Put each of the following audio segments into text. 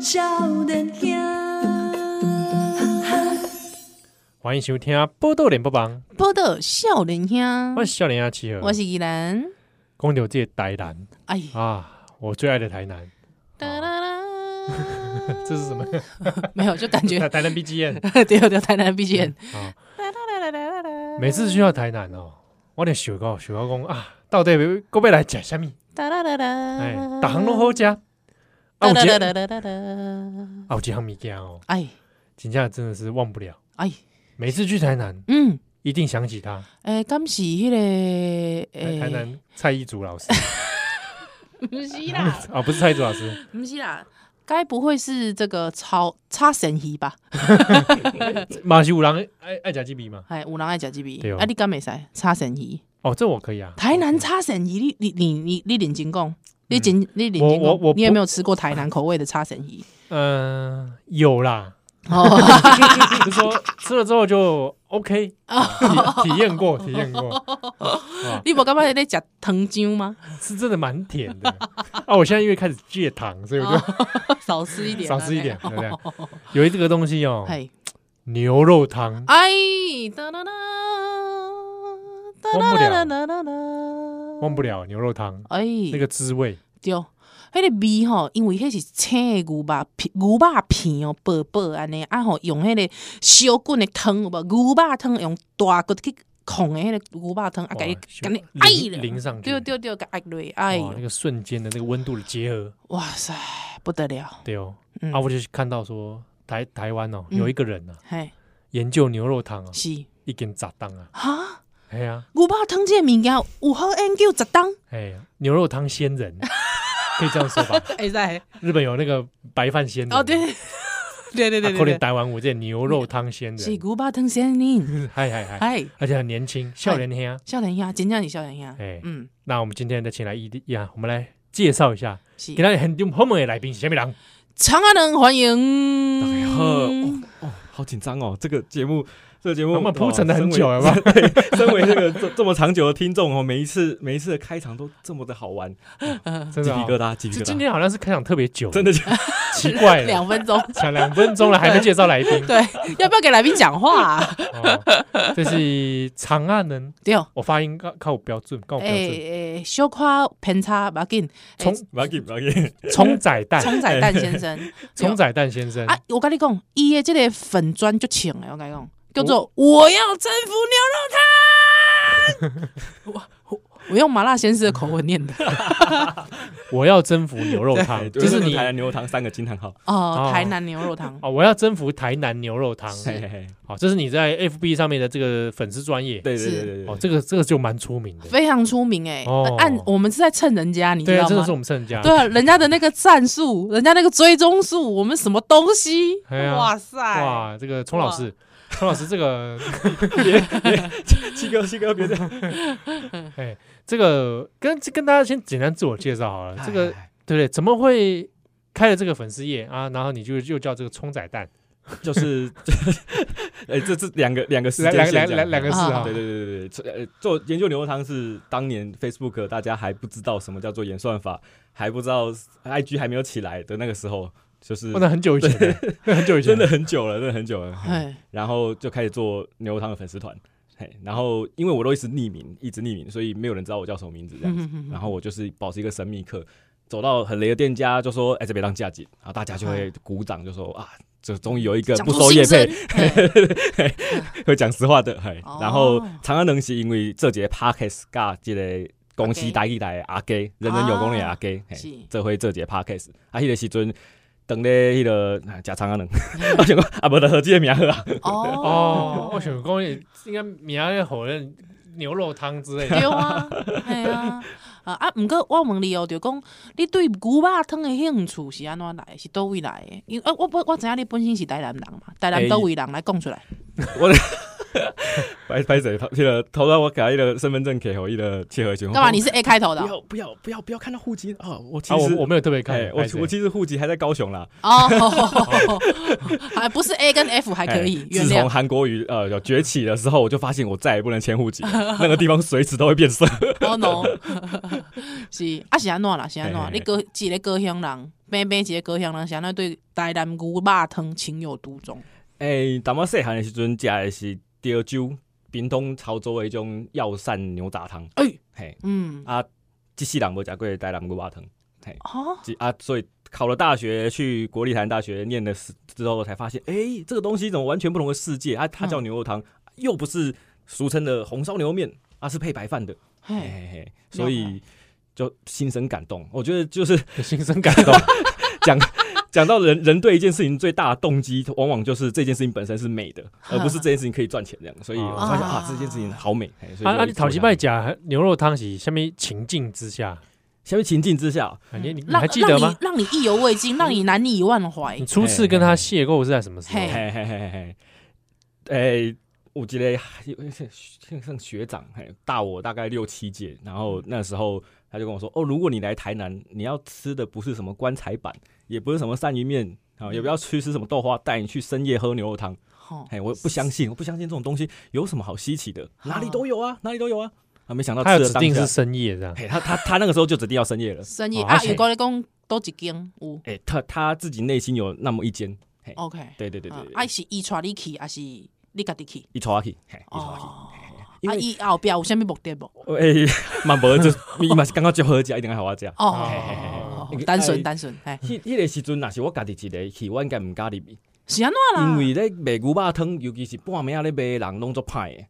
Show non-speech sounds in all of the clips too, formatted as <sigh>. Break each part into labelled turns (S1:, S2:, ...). S1: 少年兄，
S2: 欢迎收听《波多连播榜》，
S3: 报道少年兄，
S2: 我是少年阿七儿。
S3: 嗯我是依兰。
S2: 公牛界台南
S3: 哎，
S2: 啊，我最爱的台
S3: <laughs>
S2: 南，
S3: 哒啦啦，
S2: <laughs> 这是什么？
S3: <laughs> 没有，就感觉 <laughs>
S2: 台台南 BGM
S3: 对对，台
S2: <laughs>
S3: 南 BGM。
S2: 啊！
S3: 哒啦啦啦啦啦
S2: 每次去到台南哦，我得想到想到讲啊，到底要要来吃什么？
S3: 哒啦啦啦，
S2: 哎，大行拢好吃。啊，有一
S3: 哒啦
S2: 个
S3: 啦啦啦啦。
S2: 啊，有一项物件哦，
S3: 哎
S2: 真正真的是忘不了。
S3: 哎，
S2: 每次去台南，
S3: 嗯，
S2: 一定想起他，
S3: 哎，敢是迄个
S2: 台
S3: 哎
S2: 台，南蔡依祖老师 <laughs>
S3: 不是啦，
S2: 啊，不是蔡依祖老师， <laughs>
S3: 不是啦，该不会是这个超叉神鱼吧？
S2: 马西五郎爱爱吃鸡米嘛？
S3: 哎，有人爱食这
S2: 对
S3: 边，
S2: 哦
S3: 啊，你敢袂使叉神鱼？
S2: 哦，这我可以啊。
S3: 台南叉神鱼，你你你你你领金贡，你领你领
S2: 我
S3: 金
S2: 我我
S3: 贡，你有没有吃过台南口味的叉神鱼？
S2: 嗯、有啦，
S3: 哦， <laughs>
S2: 就说吃了之后就 OK，体
S3: 哦
S2: 体验过，体验过，哇，
S3: 你无感觉在食糖浆吗？
S2: 是真的蛮甜的啊！我现在因为开始戒糖，所以我
S3: 哦
S2: 就
S3: <laughs> 少吃一点啊，
S2: 少吃一点，
S3: 那
S2: 对
S3: 个
S2: 不对？有一个东西哦，
S3: 嘿，
S2: 牛肉汤，
S3: 哎，哒啦啦，哒啦啦啦啦啦，
S2: 忘不了牛肉汤
S3: 哎，
S2: 那个滋味，
S3: 对，迄个味吼，因为迄是青的牛肉片，牛肉片哦，薄薄安尼，啊吼用迄个烧滚的汤有无？牛肉汤用大骨去控的迄个牛肉汤，啊，甲你甲你
S2: 哇
S3: 哎
S2: 淋
S3: 了，
S2: 淋上去，
S3: 对对对，甲爱落，哎
S2: 哦哇，那
S3: 呦，
S2: 个瞬间的那个温度的结合，
S3: 哇塞，不得了，
S2: 对哦，
S3: 嗯
S2: 啊，我就看到说台台湾哦，
S3: 嗯
S2: 有一个人啊，
S3: 嘿，
S2: 研究牛肉汤啊，
S3: 是
S2: 一根炸档啊，
S3: 哈。
S2: 哎呀，
S3: 牛肉汤这个物件有好研究十档，
S2: 哎呀，牛肉汤仙人，啊可以这样说吧？ <laughs>
S3: 会使
S2: 日本有那个白饭仙人
S3: 哦，对 <laughs> 对对对
S2: 啊可能
S3: 对对，
S2: 台湾有这牛肉汤仙
S3: 是
S2: 人，啊
S3: 牛肉汤先生，
S2: 嗨嗨嗨，
S3: 嗨，
S2: 而且很年轻，笑脸兄。
S3: 少年兄，真正是少年兄，
S2: 哎，
S3: 嗯，
S2: 那我们今天再请来一呀，我们来介绍一下，
S3: 是
S2: 今。天很重后面的来宾是什么人？
S3: 长安人欢迎，
S4: 大家好，哦哦，好紧张哦！这个节目，这个节目
S2: 我们铺陈了
S4: 的
S2: 很久，了吧？
S4: <laughs> 身为这个这这么长久的听众哦，每一次每一次的开场都这么的好玩，
S2: 真
S4: 鸡
S2: 的
S4: 皮
S2: 啊
S4: 疙，瘩，鸡皮
S2: 这
S4: 疙
S2: 今
S4: 瘩，
S2: 天好像是开场特别久，
S4: 真的假的？
S2: 奇怪了，
S3: <laughs> 两分钟，
S2: 讲两分钟了还没介绍来
S3: <laughs>
S2: 宾，
S3: 对，要不要给来宾讲话
S2: <laughs>
S3: 啊？
S2: 哦这是长安人，
S3: 对，哎
S2: 我发音靠靠我标准，靠我标准，
S3: 哎，小夸偏差不要紧，哎
S2: 从
S4: 不要紧，不要紧，
S2: 虫仔蛋，<laughs>
S3: 冲仔蛋先生
S2: 虫哎仔蛋先生，
S3: 啊，我跟你讲，伊的这个粉砖就请了，我跟你讲，叫做
S2: 哦
S3: 我要征服
S2: <laughs>
S3: 牛肉汤。我我我用麻辣鲜师的口吻念的
S2: 我要征服牛肉
S3: 哎
S2: 汤，
S4: 对
S2: 就是你
S4: 台南牛肉汤三个惊叹号，
S3: 哦，台南牛肉汤
S2: 哦，我要征服台南牛肉汤，
S3: 哎
S4: 嘿嘿嘿，
S2: 好，这是你在 FB 上面的这个粉丝专业，
S4: 对对
S3: 是
S4: 对对
S2: 哦
S4: 对，，
S2: 这个这个就蛮出名的，
S3: 非常出名哎
S2: 哦。
S3: 按我们是在蹭人家，你知
S2: 对啊，
S3: 道
S2: 这个是
S3: 吗
S2: 我？们盛家，
S3: 对啊，人家的那个赞数，人家那个追踪数，我们什么东西？
S2: 哎呀
S3: 哇塞！
S2: 哇，这个钟老 <laughs> 师，钟老师这个，
S4: 七哥七哥别这样，
S2: 哎，这个跟跟大家先简单自我介绍好了，这个
S4: 哎
S2: 对不对？怎么会开了这个粉丝页啊？然后你就又叫这个葱仔蛋，
S4: 哎就是 <laughs> 哎，这这两个两个时
S2: 来
S4: 间
S2: 来
S4: 线这
S2: 来
S4: 样
S2: 来两个字啊
S4: <laughs>
S3: 啊，
S4: 对对对对对做，呃，做研究牛肉汤是当年 Facebook 大家还不知道什么叫做演算法，还不知道 IG 还没有起来的那个时候，就是
S2: 哦，那很久以前了，那很久以前
S4: 真的
S2: 了，
S4: 很久了，真的很久了。
S3: 哎，
S4: 然后就开始做牛肉汤的粉丝团，嘿，然后因为我都一直匿名，一直匿名，所以没有人知道我叫什么名字这样子。然后我就是保持一个神秘客，走到很雷的店家就说：“哎、这边当嫁姐。”然后大家就会鼓掌，就说：“啊，这终于有一个
S3: 讲
S4: 不
S3: 出
S4: 收业
S3: 心
S4: 配
S3: 声，哎
S4: <laughs> 会讲实话的，嘿。
S3: 哦
S4: 然后长安能是因为这节 podcast 加这个公司台语台的阿给，人人有功的阿给，
S3: 啊
S4: 嘿
S3: 是
S4: 这回这节 podcast 啊，迄个时阵。等咧迄个啊食长安能， <laughs> 我想讲啊，无得喝这个名好啊，
S2: 哦
S3: 哦，，
S2: 我想讲应该明天火人牛肉汤之类的，
S3: 对啊，系啊，啊啊，毋过我问你哦，就讲你对牛肉汤的兴趣是安怎来的？是倒位来的？因为啊，我我我知影你本身是台南人嘛，台南
S4: 哎
S3: 倒位人来讲出来。
S4: 我拍拍谁？迄个头到我给他一个身份证，给我一个切合前。
S3: 干嘛？你是 A 开头的
S4: 不
S3: 哦
S4: 要不要不要不要看到户籍啊！我其
S2: 啊，
S4: 实
S2: 我我没有特别看
S4: 哎，，我
S2: 拍谁
S4: 我其实户籍还在高雄啦，
S3: 哦， <laughs> 还不是 A 跟 F 还可以
S4: 哎
S3: 原
S4: 自从
S3: 谅。
S4: 韩国瑜呃有崛起的时候，我就发现我再也不能迁户籍了，那个地方随时都会变色。
S3: 哦 no，是 <laughs> 啊是安怎啦？是安
S4: 嘿嘿
S3: 怎？
S4: 嘿
S3: 你高一个高雄人，平平一个高雄人，是安怎对台南牛肉汤情有独钟？
S4: 诶、淡薄细汉的时阵食的是潮州、屏东、潮州的迄种药膳牛杂汤，
S3: 哎，
S4: 嘿，
S3: 嗯，
S4: 啊，一世人无食过台南牛肉汤，
S3: 哦，
S4: 即啊，所以考了大学，去国立台南大学念了时之后，才发现，诶、这个东西怎么完全不同的世界啊？它叫牛肉汤，又不是俗称的红烧牛肉面，啊，是配白饭的，嘿
S3: 嘿，
S4: 嘿嘿，所以就心生感动。我觉得就是
S2: 心生
S4: <laughs>
S2: 感动。
S4: 讲讲到人人对一件事情最大的动机，往往就是这件事情本身是美的，而不是这件事情可以赚钱这样。所以我发现啊
S3: 啊，
S4: 这件事情好美。嘿所以
S2: 啊
S4: 就
S2: 啊！
S4: 一
S2: 你
S4: 直
S2: 讨
S4: 做
S2: 鸡
S4: 下
S2: 拜
S4: 去，
S2: 甲牛肉汤是下面情境之下，
S4: 下面情境之下，
S2: 啊你你你
S3: 嗯让
S2: 还记得
S3: 让
S2: 吗
S3: 你？让你意犹未尽，让你难以忘怀
S4: 嗯
S2: 你。初次跟他邂逅是在什么时候
S3: 嘿？
S4: 嘿嘿嘿嘿，哎诶，我记得像学长，嘿，大我大概六七届，然后那时候他就跟我说，哦，如果你来台南，你要吃的不是什么棺材板，也不是什么鳝鱼面。啊，也不要去吃什么豆花，带你去深夜喝牛肉汤。
S3: 吼
S4: 嘿，我不相信，我不相信这种东西有什么好稀奇的，哪里都有啊，哪里都有啊。啊，没想到
S2: 他有
S4: 吃了
S2: 指
S4: 当
S2: 定
S4: 下
S2: 是，深夜这样。
S4: 嘿，他他他那个时候就指定要深夜了。
S3: 生意
S2: 哦
S3: 啊
S2: 啊，是
S3: 有讲你讲多一间有
S4: 哎，他他自己内心有那么一间，嘿，
S3: ，OK，
S4: 对对对对，
S3: 啊，是伊带你去，还是你家己去？
S4: 一撮去，嘿，一撮去。
S3: 哦，
S4: 因
S3: 啊，
S4: 为
S3: 伊后壁有啥物目的无？
S4: 诶，哎 <laughs> 蛮无就是伊嘛是感觉最好食，一定爱互我食。
S2: 嘿嘿
S3: 哦
S2: 嘿，
S4: 嘿嘿
S3: 单纯
S4: 哎
S3: 单纯，哎，
S4: 迄迄个时阵，若是我家己一个去，我应该毋敢入去，
S3: 是安怎啦？
S4: 因为咧卖牛肉汤，尤其是半暝仔咧卖的人拢足歹诶，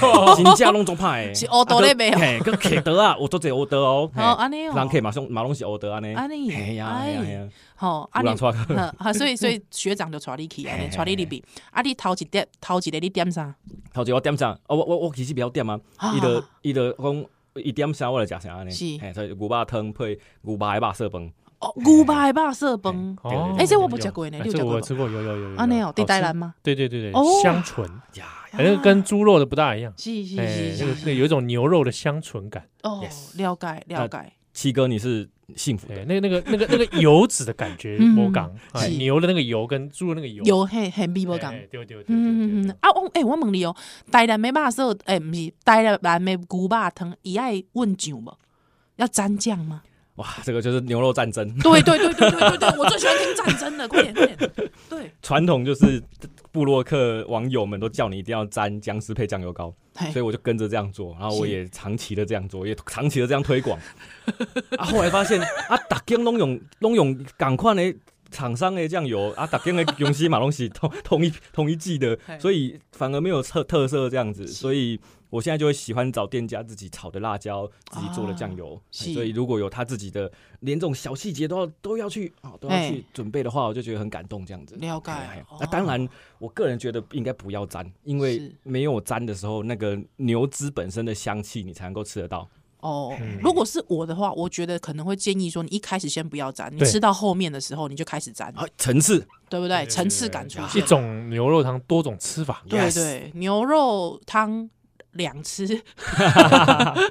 S4: 嘿真正拢足歹诶，
S3: 哦 <laughs> 是黑道咧卖哦
S4: 啊佮嘿，佮客刀啊，有足侪黑刀哦，嘿
S3: 哦，安尼哦，
S4: 人客嘛上嘛拢是黑刀安尼，
S3: 安尼
S4: 嘿呀
S3: 哎
S4: 嘿呀嘿呀，
S3: 吼，啊
S4: 有
S3: 你
S4: 人，
S3: <laughs>
S4: 带
S3: 呵啊，所以所以学长就带你去，安尼
S4: 嘿嘿
S3: 带你入去，啊，你头一点头一个你点啥？
S4: 头一个我点啥？哦，我我我其实比较点啊，
S3: 啊
S4: 伊就伊就讲伊点啥我就食啥安尼，
S3: 是
S4: 嘿，所以牛肉汤配牛肉的肉色饭。
S3: 哦，牛排吧，色崩，
S4: 对对
S2: 哦
S4: 对
S3: 哎，这我
S4: 对
S3: 不
S4: 对
S3: 食过呢，
S2: 哎
S3: 你有
S2: 这
S3: 食
S2: 个我有
S3: 过无？
S2: 吃过，有有有有。
S3: 安尼哦，对
S2: 好吃
S3: 台南吗？
S2: 对对对
S3: 哦
S2: 对，香醇，
S4: 呀
S2: 反正跟猪肉的不大一样。
S3: 是是
S2: 哎，
S3: 是
S2: 那个那
S3: 是，
S2: 个有一种牛肉的香醇感，
S3: 哦，
S4: Yes
S3: 了解了解，
S4: 七哥你是幸福的，
S2: 哎，那个那个那个那个油脂的感觉
S3: 嗯，
S2: 我讲，哎
S3: 是
S2: 牛的那个油跟猪的那个油，
S3: 有嘿很味无
S2: 哎
S3: 共。
S2: 哎对对对对对
S3: 嗯嗯嗯，啊，我诶、我问你哦、台南的肉色，诶、毋是台南的牛肉汤，伊爱温酱无？要沾酱吗？
S4: 哇，这个就是牛肉战争，
S3: 对对对对对对对，我最喜欢听战争的，快点快点。对，
S4: 传统就是布洛克网友们都叫你一定要沾姜丝配酱油膏，所以
S3: 嘿，
S4: 我就跟着这样做，然后我
S3: 是
S4: 也长期的这样做，也长期的这样
S3: <laughs>
S4: 推广。啊，后来发现啊，打间拢用拢用赶快的厂商的酱油啊，打间的用西马龙是同同一同一季的
S3: 嘿，
S4: 所以反而没有特特色这样子，
S3: 是
S4: 所以。我现在就会喜欢找店家自己炒的辣椒，自己做的酱油，
S3: 啊是
S4: 所以如果有他自己的，连这种小细节都要都要去啊、都要
S3: 嘿
S4: 去准备的话，我就觉得很感动这样子。
S3: 了解
S4: 哎哎
S3: 哦
S4: 那当然，我个人觉得应该不要沾，因为
S3: 是
S4: 没有沾的时候，那个牛脂本身的香气你才能够吃得到。
S3: 哦，如果是我的话，我觉得可能会建议说，你一开始先不要沾，你
S2: 对
S3: 吃到后面的时候你就开始沾，
S4: 啊，层次
S3: 对不对？层次感出
S2: 一
S3: 现。
S2: 种牛肉汤多种吃法，
S3: 对
S4: Yes
S3: 对，牛肉汤两吃，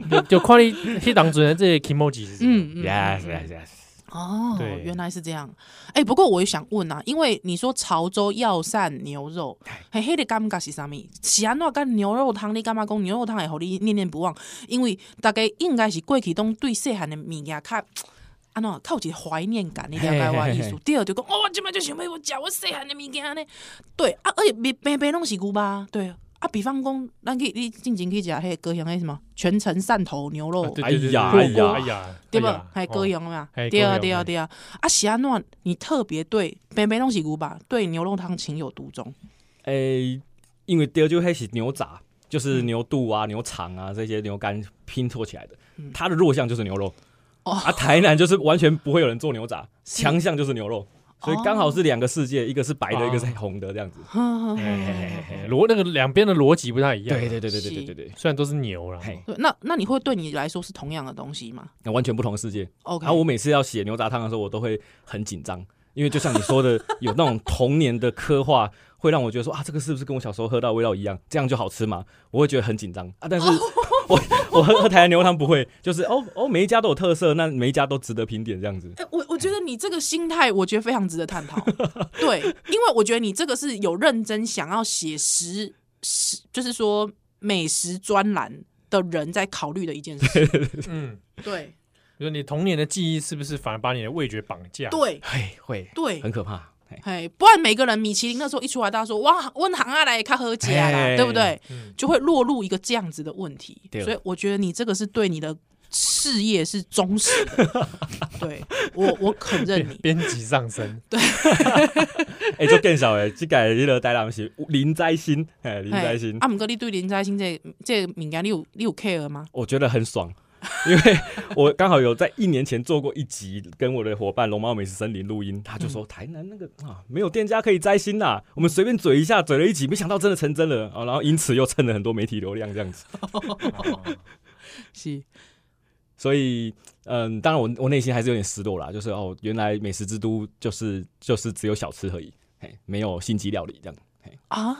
S2: 就就看你迄当阵的这个 emoji 是什么，
S3: 嗯嗯。
S4: ，yes yes yes，
S3: 哦
S2: 对，
S3: 原来是这样。哎、不过我也想问啊，因为你说潮州药膳牛肉，
S4: 哎
S3: 嘿，迄个感觉是啥物？是安怎跟牛肉汤？你感觉讲牛肉汤会互你念念不忘？因为大家应该是过去拢对细汉的物件较。安怎较有一个怀念感，你了解我的意
S4: 嘿嘿嘿
S3: 思
S4: 嘿？
S3: 第二就讲，哦，我即摆就想要我食我细汉的物件呢。对啊，而且平平平拢是牛肉，对啊。比方讲，咱去你进前去食迄个高雄迄什么全城汕头牛肉，
S2: 啊对
S4: 哎
S2: 对对
S4: 呀
S2: 对
S4: 哎呀
S2: 哎呀，
S3: 哦对不
S2: 哎呀？
S3: 还高
S2: 哦
S3: 阳嘛？
S2: 嘿
S3: 对啊，
S2: 高
S3: 对
S2: 雄
S3: 啊，
S2: 嘿
S3: 对啊。啊，是安怎？你特别对北北东西牛吧，对牛肉汤情有独钟。 <laughs>
S4: 诶、哎因为第二就开始牛杂，就是牛肚啊、牛肠啊这些牛肝拼凑起来的，它的弱项就是牛肉。
S3: 嗯哦
S4: 啊，台南就是完全不会有人做牛杂，
S3: 是
S4: 强项就是牛肉，
S3: 哦
S4: 所以刚好是两个世界，一个是白的，
S2: 哦
S4: 一个是红的这样子。
S3: 哼哼
S4: 嘿
S3: 哼
S4: 嘿嘿嘿嘿
S2: 逻那个两边的逻辑不太一样，啊
S4: 对对对对对对
S3: 是
S4: 对对，
S2: 虽然都是牛啦，
S4: 嘿，
S3: 对，那那你会对你来说是同样的东西吗
S4: 那完全不同的世界。
S3: ？OK，
S4: 然
S2: 啊
S4: 啊后我每次要写牛杂汤的时候，我都会很紧张，因为就像你说的，有那种童年的刻画会让我觉得说啊，这个是不是跟我小时候喝到的味道一样？这样就好吃吗？我会觉得很紧张啊。但是我 <laughs> 我喝喝台南牛肉汤不会，就是哦哦，每一家都有特色，那每一家都值得评点这样子。
S3: 哎、我我觉得你这个心态，我觉得非常值得探讨。对，因为我觉得你这个是有认真想要写食食，就是说美食专栏的人在考虑的一
S2: <laughs>
S3: 件事。
S2: 嗯，
S3: 对
S2: 就是你童年的记忆是不是反而把你的味觉绑架？，
S3: 对
S4: 嘿，会
S3: 对
S4: 很，可怕。嘿
S3: 哎，不然每个人米其林那时候一出来，大家说哇，温行啊来看喝姐啊啦，
S4: 哎
S3: 对不对？
S2: 嗯
S3: 就会落入一个这样子的问题。
S4: 对哦
S3: 所以我觉得你这个是对你的事业是忠实的，
S4: <laughs>
S3: 对我我肯认你。
S2: 编 <laughs> 辑上升，
S4: 哎、就更小哎，这改日了带他们是林灾心，哎， <laughs> 林灾心
S3: 嘿，啊，毋过你对林灾星这个这个物件，你有你有 care 吗？
S4: 我觉得很爽。 <laughs> 因为我刚好有在一年前做过一集，跟我的伙伴龙猫美食森林录音，他
S3: 嗯
S4: 就说台南那个啊没有店家可以摘星啦，我们随便嘴一下，嘴了一集，没想到真的成真了啊，然后因此又蹭了很多媒体流量这样子。 <laughs>
S3: 是，
S4: 所以，嗯，当然我我内心还是有点失落啦，就是哦，原来美食之都就是就是只有小吃而已，嘿，没有星级料理这样。嘿，
S3: 啊，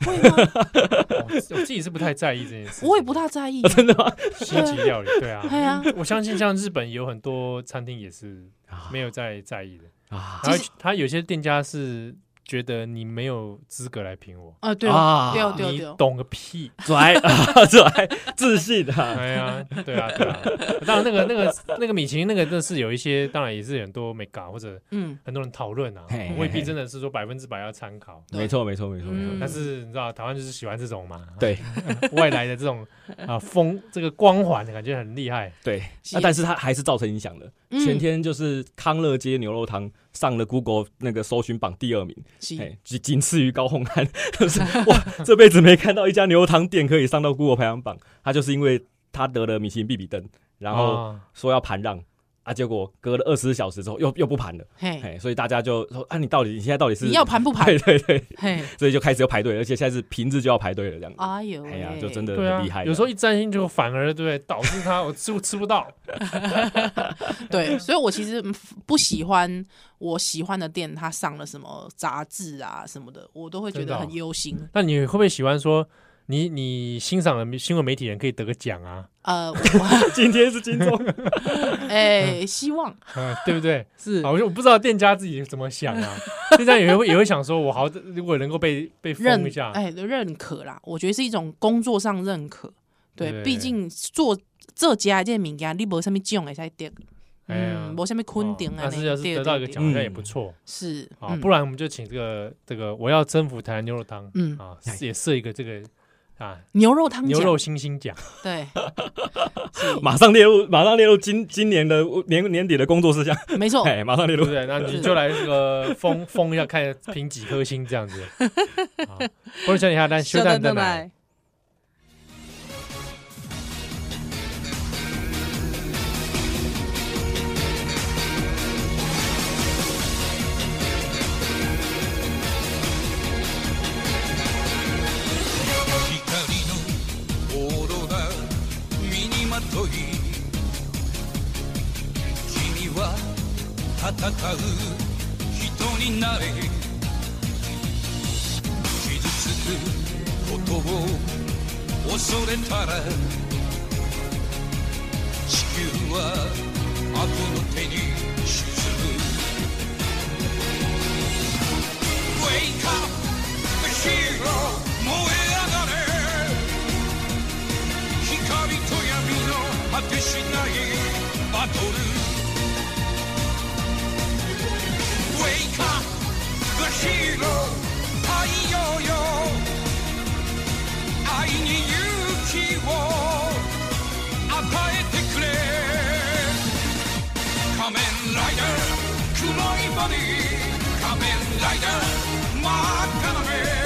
S3: 会吗？
S2: 哦我自己是不太在意这件事，
S3: 我也不大在意、
S4: <laughs> 真的吗？
S2: 星级料理，对啊，
S3: 对啊，
S2: 我相信像日本有很多餐厅也是
S4: 啊
S2: 没有在在意的，
S4: 啊
S2: 然
S3: 其
S2: 后
S3: 实
S2: 他有些店家是觉得你没有资格来评我，
S3: 啊，对哦，
S4: 啊
S3: 对哦，对哦，
S2: 你
S3: 对哦，
S2: 懂个屁！
S4: 拽啊拽，自信啊！
S2: 哎呀，对啊，对啊。当然，那个、那个、那个米其林那个，真的是有一些，当然也是很多美感或者
S3: 嗯，
S2: 很多人讨论啊
S4: 嘿嘿，
S2: 未必真的是说百分之百要参考。
S3: <laughs> 对
S4: 没错，没错，没错，没错。
S3: 嗯
S2: 但是你知道，台湾就是喜欢这种嘛，
S4: 对
S2: <laughs> 外来的这种啊风，这个光环感觉很厉害。
S4: 对，那啊但是它还是造成影响的。
S2: 嗯
S4: 前
S3: 嗯
S4: 天就是康乐街牛肉汤上了 Google 那个搜寻榜第二名，
S3: 是
S4: 哎，仅仅次于高洪安。 <laughs> 就是哇，这辈子没看到一家牛肉汤店可以上到 Google 排行榜，他就是因为他得了米其林必比登，然后
S2: 啊
S4: 说要盘让啊，结果隔了二十四小时之后又又不盘了，
S3: 嘿，
S4: 哎，所以大家就说啊，你到底你现在到底是
S3: 你要盘不盘？
S4: <laughs> 对对对， <laughs>
S3: 嘿，
S4: 所以就开始要排队，而且现在是平日就要排队了这样子。
S3: 哎呦喂，
S4: 哎呀，就真的
S2: 哦对啊
S4: 很厉害，，
S2: 有时候一占星就反而对不对导致他 <laughs> 我吃不吃不到。
S3: 对，所以我其实嗯不喜欢我喜欢的店，它上了什么杂志啊什么的，我都会觉
S2: 真的
S3: 得
S2: 哦
S3: 很忧心。
S2: 那你会不会喜欢说你你欣赏的新闻媒体人可以得个奖啊？<laughs>
S3: 呃，我
S4: 今天是金钟，
S3: <laughs> 哎，希望
S2: 嗯，对不
S3: <laughs>
S2: 对？
S3: 是
S2: 好，我就我不知道店家自己怎么想啊。店家也会也会想说，我好，如果能够被被
S3: 认
S2: 封一下，哦
S3: 哎认可啦，我觉得是一种工作上认可。对，
S2: 对
S3: 毕竟做做家这物件，你无什么奖会使得，
S2: 哎呀
S3: 嗯，无什么肯定
S2: 哦
S3: 啊，
S2: 但是要是
S3: 对
S2: 得到一个
S3: 对
S2: 奖，
S3: 对
S2: 好像也不错
S3: 是
S2: 啊。
S3: 嗯
S2: 不然我们就请这个这个我要征服台南牛肉汤
S3: 嗯
S2: 啊
S4: 哎，嗯
S2: 也设一个这个啊
S3: 牛肉汤
S2: 牛
S3: 奖
S2: 肉星星奖。 <laughs>
S3: 对，
S4: 马上列入，马上列入今今年的年年底的工作事项，
S3: 没错，
S4: 哎，马上列
S2: 哦对
S4: 入
S2: 不。对？那你就来这
S4: <laughs>
S2: 个封封一下，看评几颗星这样子。好，不是小你下，但哎修蛋蛋奶。
S1: 光のオーロラ身にまとい君は戦う人になれ傷つくことを恐れたら地球は悪の手に沈む Wake up the hero 燃え上がれ光と闇の果てしないバトル Wake up the hero 太陽よ愛に勇気を与えてくれ仮面ライダー黒いボディ仮面ライダー真っ赤な目仮面ラ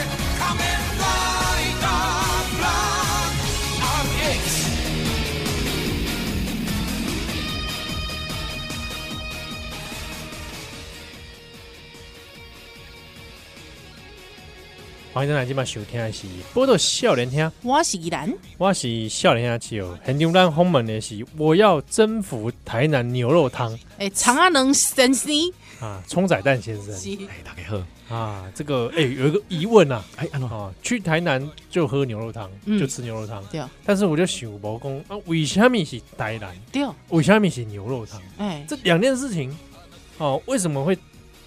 S1: イダーブラック RX
S2: 欢欢迎咱即摆收听的是《波多少年听》，
S3: 我是依兰，
S2: 我是少年兄七哦。很久咱访问的是我要征服台南牛肉汤
S3: 诶，长安人先生
S2: 啊，冲仔蛋先生
S3: 是
S4: 哎，大家好，
S2: 啊，这个哎、有一个疑问啊
S4: 哎，安诺，
S2: 啊，去台南就喝牛肉汤，
S3: 嗯
S2: 就吃牛肉汤，
S3: 对
S2: 但是我就想无讲啊，为什么是台南，
S3: 对，
S2: 为什么是牛肉汤？
S3: 诶，
S2: 这两件事情哦，为什么会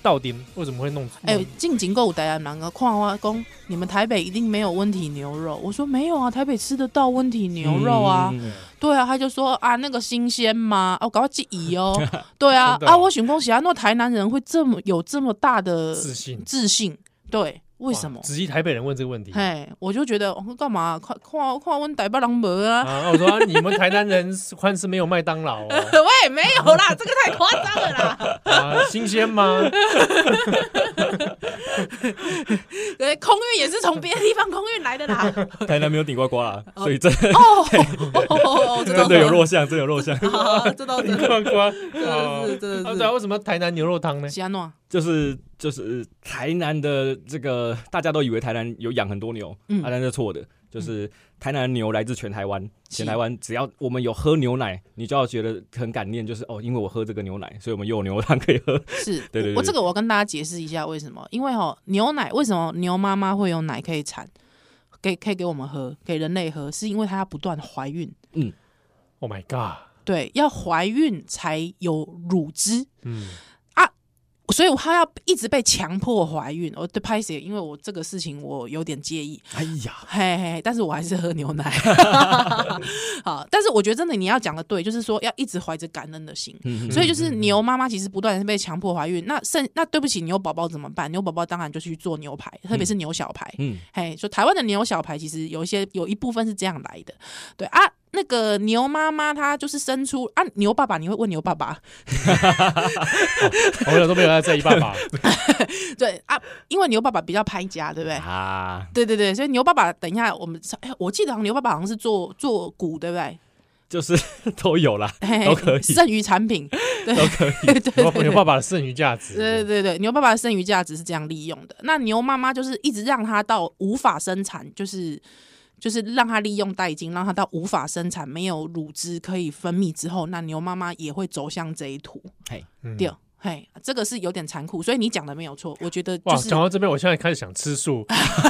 S2: 到顶？为什么会弄？
S3: 诶，近景购台南人个看我讲，你们台北一定没有温体牛肉。我说没有啊，台北吃得到温体牛肉啊。
S4: 嗯，嗯嗯
S3: 对啊，他就说啊，那个新鲜吗？啊，我搞到记忆
S2: <laughs>
S3: 哦。对啊，
S2: 真的哦
S3: 啊，我想恭喜啊，那台南人会这么有这么大的
S2: 自信？
S3: 自信，对，为什
S2: 哇
S3: 么？
S2: 只是台北人问这个问题啊？
S3: 嘿，我就觉得哦干嘛？看看看温台北人没啊？
S2: 那我说啊你们台南人是宽是没有麦当劳哦
S3: <laughs> 喂，没有啦，这个太夸张了啦！ <laughs>
S2: 啊，新鲜吗？
S3: 对，空运也是从别的地方空运来的啦。
S4: 嗯台南没有顶呱呱啦，所以真的
S3: 哦，哦哦哦，这倒
S4: 真
S3: 是
S4: 的有弱项，真的有弱项，
S3: 啊，这倒是
S2: 观光
S3: 真的是真
S2: 啊，
S3: 的
S2: 对啊，
S3: 是。
S2: 为什么台南牛肉汤呢？
S3: 喜安诺，
S4: <laughs> 就是就是呃台南的这个，大家都以为台南有养很多牛，
S3: 嗯
S4: 啊，但是错的，就是台南的牛来自全台湾，
S3: 是
S4: 全台湾只要我们有喝牛奶，你就要觉得很感念，就是哦，因为我喝这个牛奶，所以我们又有牛汤可以喝。
S3: 是
S4: 对对对
S3: 我我这个我要跟大家解释一下为什么，因为哈牛奶为什么牛妈妈会有奶可以产，给可以给我们喝，给人类喝，是因为它要不断怀孕，
S2: Oh my god！
S3: 对，要怀孕才有乳汁，
S2: 嗯，
S3: 所以它要一直被强迫怀孕。我对拍谁，因为我这个事情我有点介意，
S4: 哎呀，
S3: 嘿嘿，嘿但是我还是喝牛
S4: <laughs>
S3: 奶。好，但是我觉得真的你要讲的对，就是说要一直怀着感恩的心。
S4: 嗯
S3: 所以就是牛妈妈其实不断地被强迫怀孕，那剩那对不起牛宝宝怎么办？牛宝宝当然就去做牛排，特别是牛小排。
S4: 嗯，
S3: 嘿，说台湾的牛小排其实有一些有一部分是这样来的，对啊。那个牛妈妈她就是生出啊，牛爸爸你会问牛爸
S4: <laughs>
S3: 爸，
S2: 我有都没有在在意爸
S3: <laughs>
S2: 爸，
S3: 对啊，因为牛爸爸比较拍家，对不对？
S4: 啊，
S3: 对对对，所以牛爸爸等一下我们哎，我记得好像牛爸爸好像是做做骨，对不对？
S4: 就是 <laughs> 都有啦，
S3: 嘿
S4: 都可以
S3: 剩余产
S2: <laughs>
S3: 品，对，
S4: 都可以。
S3: 对对对
S2: 牛爸牛爸爸的剩余价值。
S3: 对对对，牛爸爸的剩余价值是这样利用的。那牛妈妈就是一直让它到无法生产，就是就是让它利用殆尽，让它到无法生产，没有乳汁可以分泌之后，那牛妈妈也会走向这一途。
S2: 嗯
S3: 对，嘿，这个是有点残酷，所以你讲的没有错。我觉得
S2: 哇，
S3: 就是
S2: 讲到这边，我现在开始想吃
S3: <laughs>
S2: 素。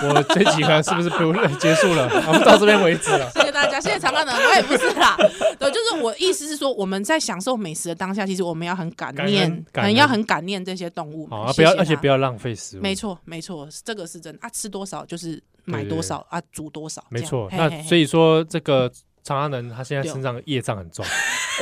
S2: 我这集呢是不是不 <laughs> 结束了？啊我们到这边为止了。
S3: 谢谢大家，谢谢长安人，我也不是啦。 <laughs> 对，就是我意思是说，我们在享受美食的当下，其实我们要很感
S2: 感
S3: 念，
S2: 恩感
S3: 很
S2: 恩
S3: 要很感念这些动物们。
S2: 好，啊不要，
S3: 谢谢
S2: 而且
S3: 它
S2: 不要浪费食物。
S3: 没错，没错，这个是真的啊！吃多少就是买
S2: 对
S3: 多少啊，煮多少，
S2: 没错。
S3: 这样
S2: 那
S3: 嘿嘿嘿
S2: 所以说，这个长安人他现在
S3: 对
S2: 身上业障很重。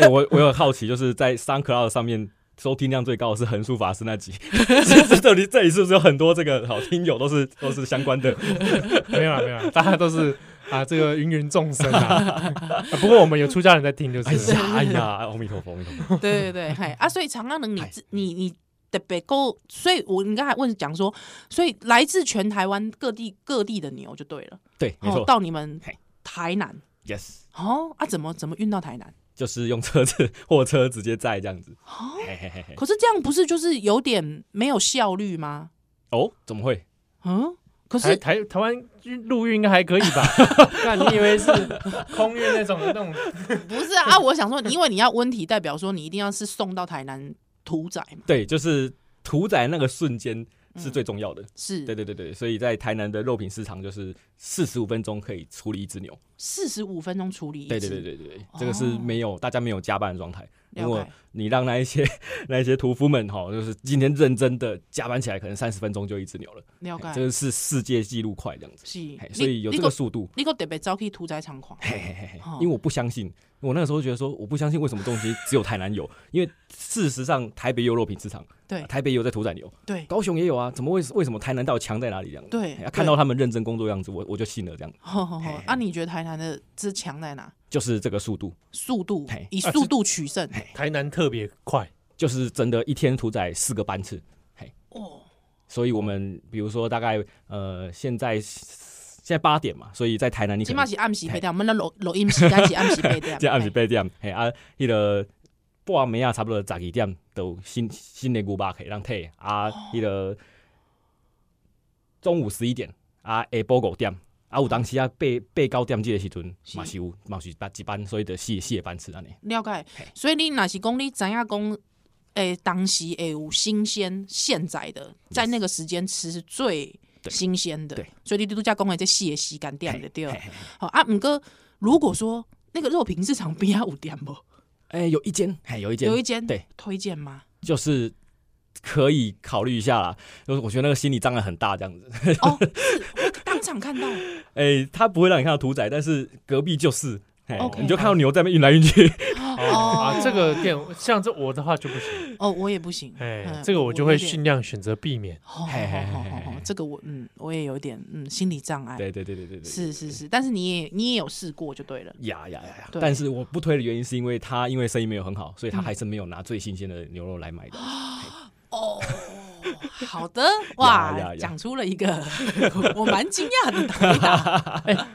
S4: 哎我我有好奇，就是在 SoundCloud 上面收听量最高的是横竖法师那集， <laughs> 这这里这里是不是有很多这个好听友都是都是相关的？
S2: <laughs> 没有啦，啊没有啦，大家都是啊，这个芸芸众生啊。 <laughs> 啊不过我们有出家人在听，就
S4: 哎
S2: 是了。
S4: 呀哎呀，阿弥陀佛，阿弥陀佛。
S3: <laughs> 对对对，嘿啊！所以长安人你
S4: 哎
S3: 自你你的北沟，所以我你刚才问讲说，所以来自全台湾各地各地的牛就对了，
S4: 对，没
S3: 哦，
S4: 错
S3: 到你们
S4: 嘿
S3: 台南
S4: ，yes，
S3: 哦啊，怎么怎么运到台南？
S4: 就是用车子货车直接载这样子。嘿嘿嘿嘿
S3: 可是这样不是就是有点没有效率吗？
S4: 哦，怎么会？
S3: 嗯，可
S2: 台
S4: 哎
S3: 是
S2: 台台湾运陆运应该还可以
S3: <laughs>
S2: 吧？那你以为是空运那种那种？
S3: 不是啊？我想说，因为你要温体，代表说你一定要是送到台南屠宰嘛，
S4: 对，就是屠宰那个瞬间是最重要的。
S3: 是
S4: 对对对对，所以在台南的肉品市场就是四十五分钟可以处理一只牛。
S3: 四十五分钟处理一
S4: 对
S3: 次，
S4: 对对对对，这个是没有大家没有加班的状态。如
S3: 了
S4: 果
S3: 解。
S4: 你让那一些 <laughs> 那一些屠夫们哈，就是今天认真的加班起来，可能三十分钟就一只牛了，
S3: 了
S4: 嘿
S3: 解，
S4: 这个是世界纪录快这样子。
S3: 是
S4: 嘿，所
S3: 你
S4: 以有
S3: 你
S4: 这个速度，
S3: 你个特别走去屠宰场看，
S4: 嘿嘿嘿嘿
S3: 哦，
S4: 因为我不相信，我那个时候觉得说，我不相信为什么东西只有台南有，因为事实上台北也有肉品市场，
S3: 对
S4: 台北也有在屠宰牛，
S3: 对
S4: 高雄也有啊，怎么为为什么台南到底强在哪里这样子？
S3: 对
S4: 嘿啊看到他们认真工作样子，我我就信了这样，
S3: 好好
S4: 嘿
S3: 好
S4: 嘿，
S3: 啊，你觉得台南的之强在哪？
S4: 就是这个速度，
S3: 速度
S4: 嘿，
S3: 以
S2: 啊
S3: 速度取胜。
S2: 台南特别快，
S4: 就是真的一天屠宰四个班次，
S3: 哦，
S4: 所以我们比如说大概呃现在现在八点嘛，所以在台南你可
S3: 起
S4: 能
S3: 码是暗时八点，我们那录录音时间是暗时八点
S4: <laughs> ，这暗时
S3: 嘿
S4: 八点，嘿啊，迄个半暝啊，差不多十二点都新新的牛肉可以让退啊，迄个中午十一点啊下晡五点，啊有当时啊八八九点即个时阵嘛是有嘛是班一班，所以就四四个班次安尼。
S3: 了解。所以你若是讲你知影讲，诶、当时会有新鲜现宰的，在那个时间吃是最
S4: 对
S3: 新鲜的
S4: 对。
S3: 所以你拄则讲的这四个时间点的对了
S4: 嘿嘿。
S3: 好啊，毋过如果说那个肉品市场 <laughs> 边啊有点无，
S4: 哎、有一间，哎、有一间，
S3: 有一间
S4: 对，
S3: 推荐
S4: <laughs>
S3: 吗？
S4: 就是可以考虑一下啦。就是我觉得那个心理障碍很大，这样子。
S3: 哦，是我当场
S4: <laughs>
S3: 看到，
S4: 哎、他不会让你看到屠宰，但是隔壁就是，哎、
S3: OK
S4: 你就看到牛在那边运来运去。
S2: 哦啊，这个店像这我的话就不行，
S3: 哦，我也不行，
S2: 哎
S3: 嗯，
S2: 这个我就会。尽
S3: 有点
S2: 量选择避免。
S3: 哦，好
S4: 嘿嘿
S3: 好
S4: 嘿
S3: 好
S4: 嘿
S3: 好
S4: 嘿，
S3: 这个我嗯，我也有点嗯心理障碍。
S4: <laughs> 对对对对对对，
S3: 是是是，但是你也你也有试过就对了。
S4: 呀呀呀呀！
S3: 对
S4: 但是我不推的原因是因为他因为生意没有很好，所以他
S3: 嗯啊
S4: 还是没有拿最新鲜的牛肉来买的。
S3: 哦，好
S4: <laughs>
S3: 的，哇
S4: 呀呀，呀
S3: 讲出了一个 <laughs> 我蛮惊讶
S4: <laughs>
S3: 的回答。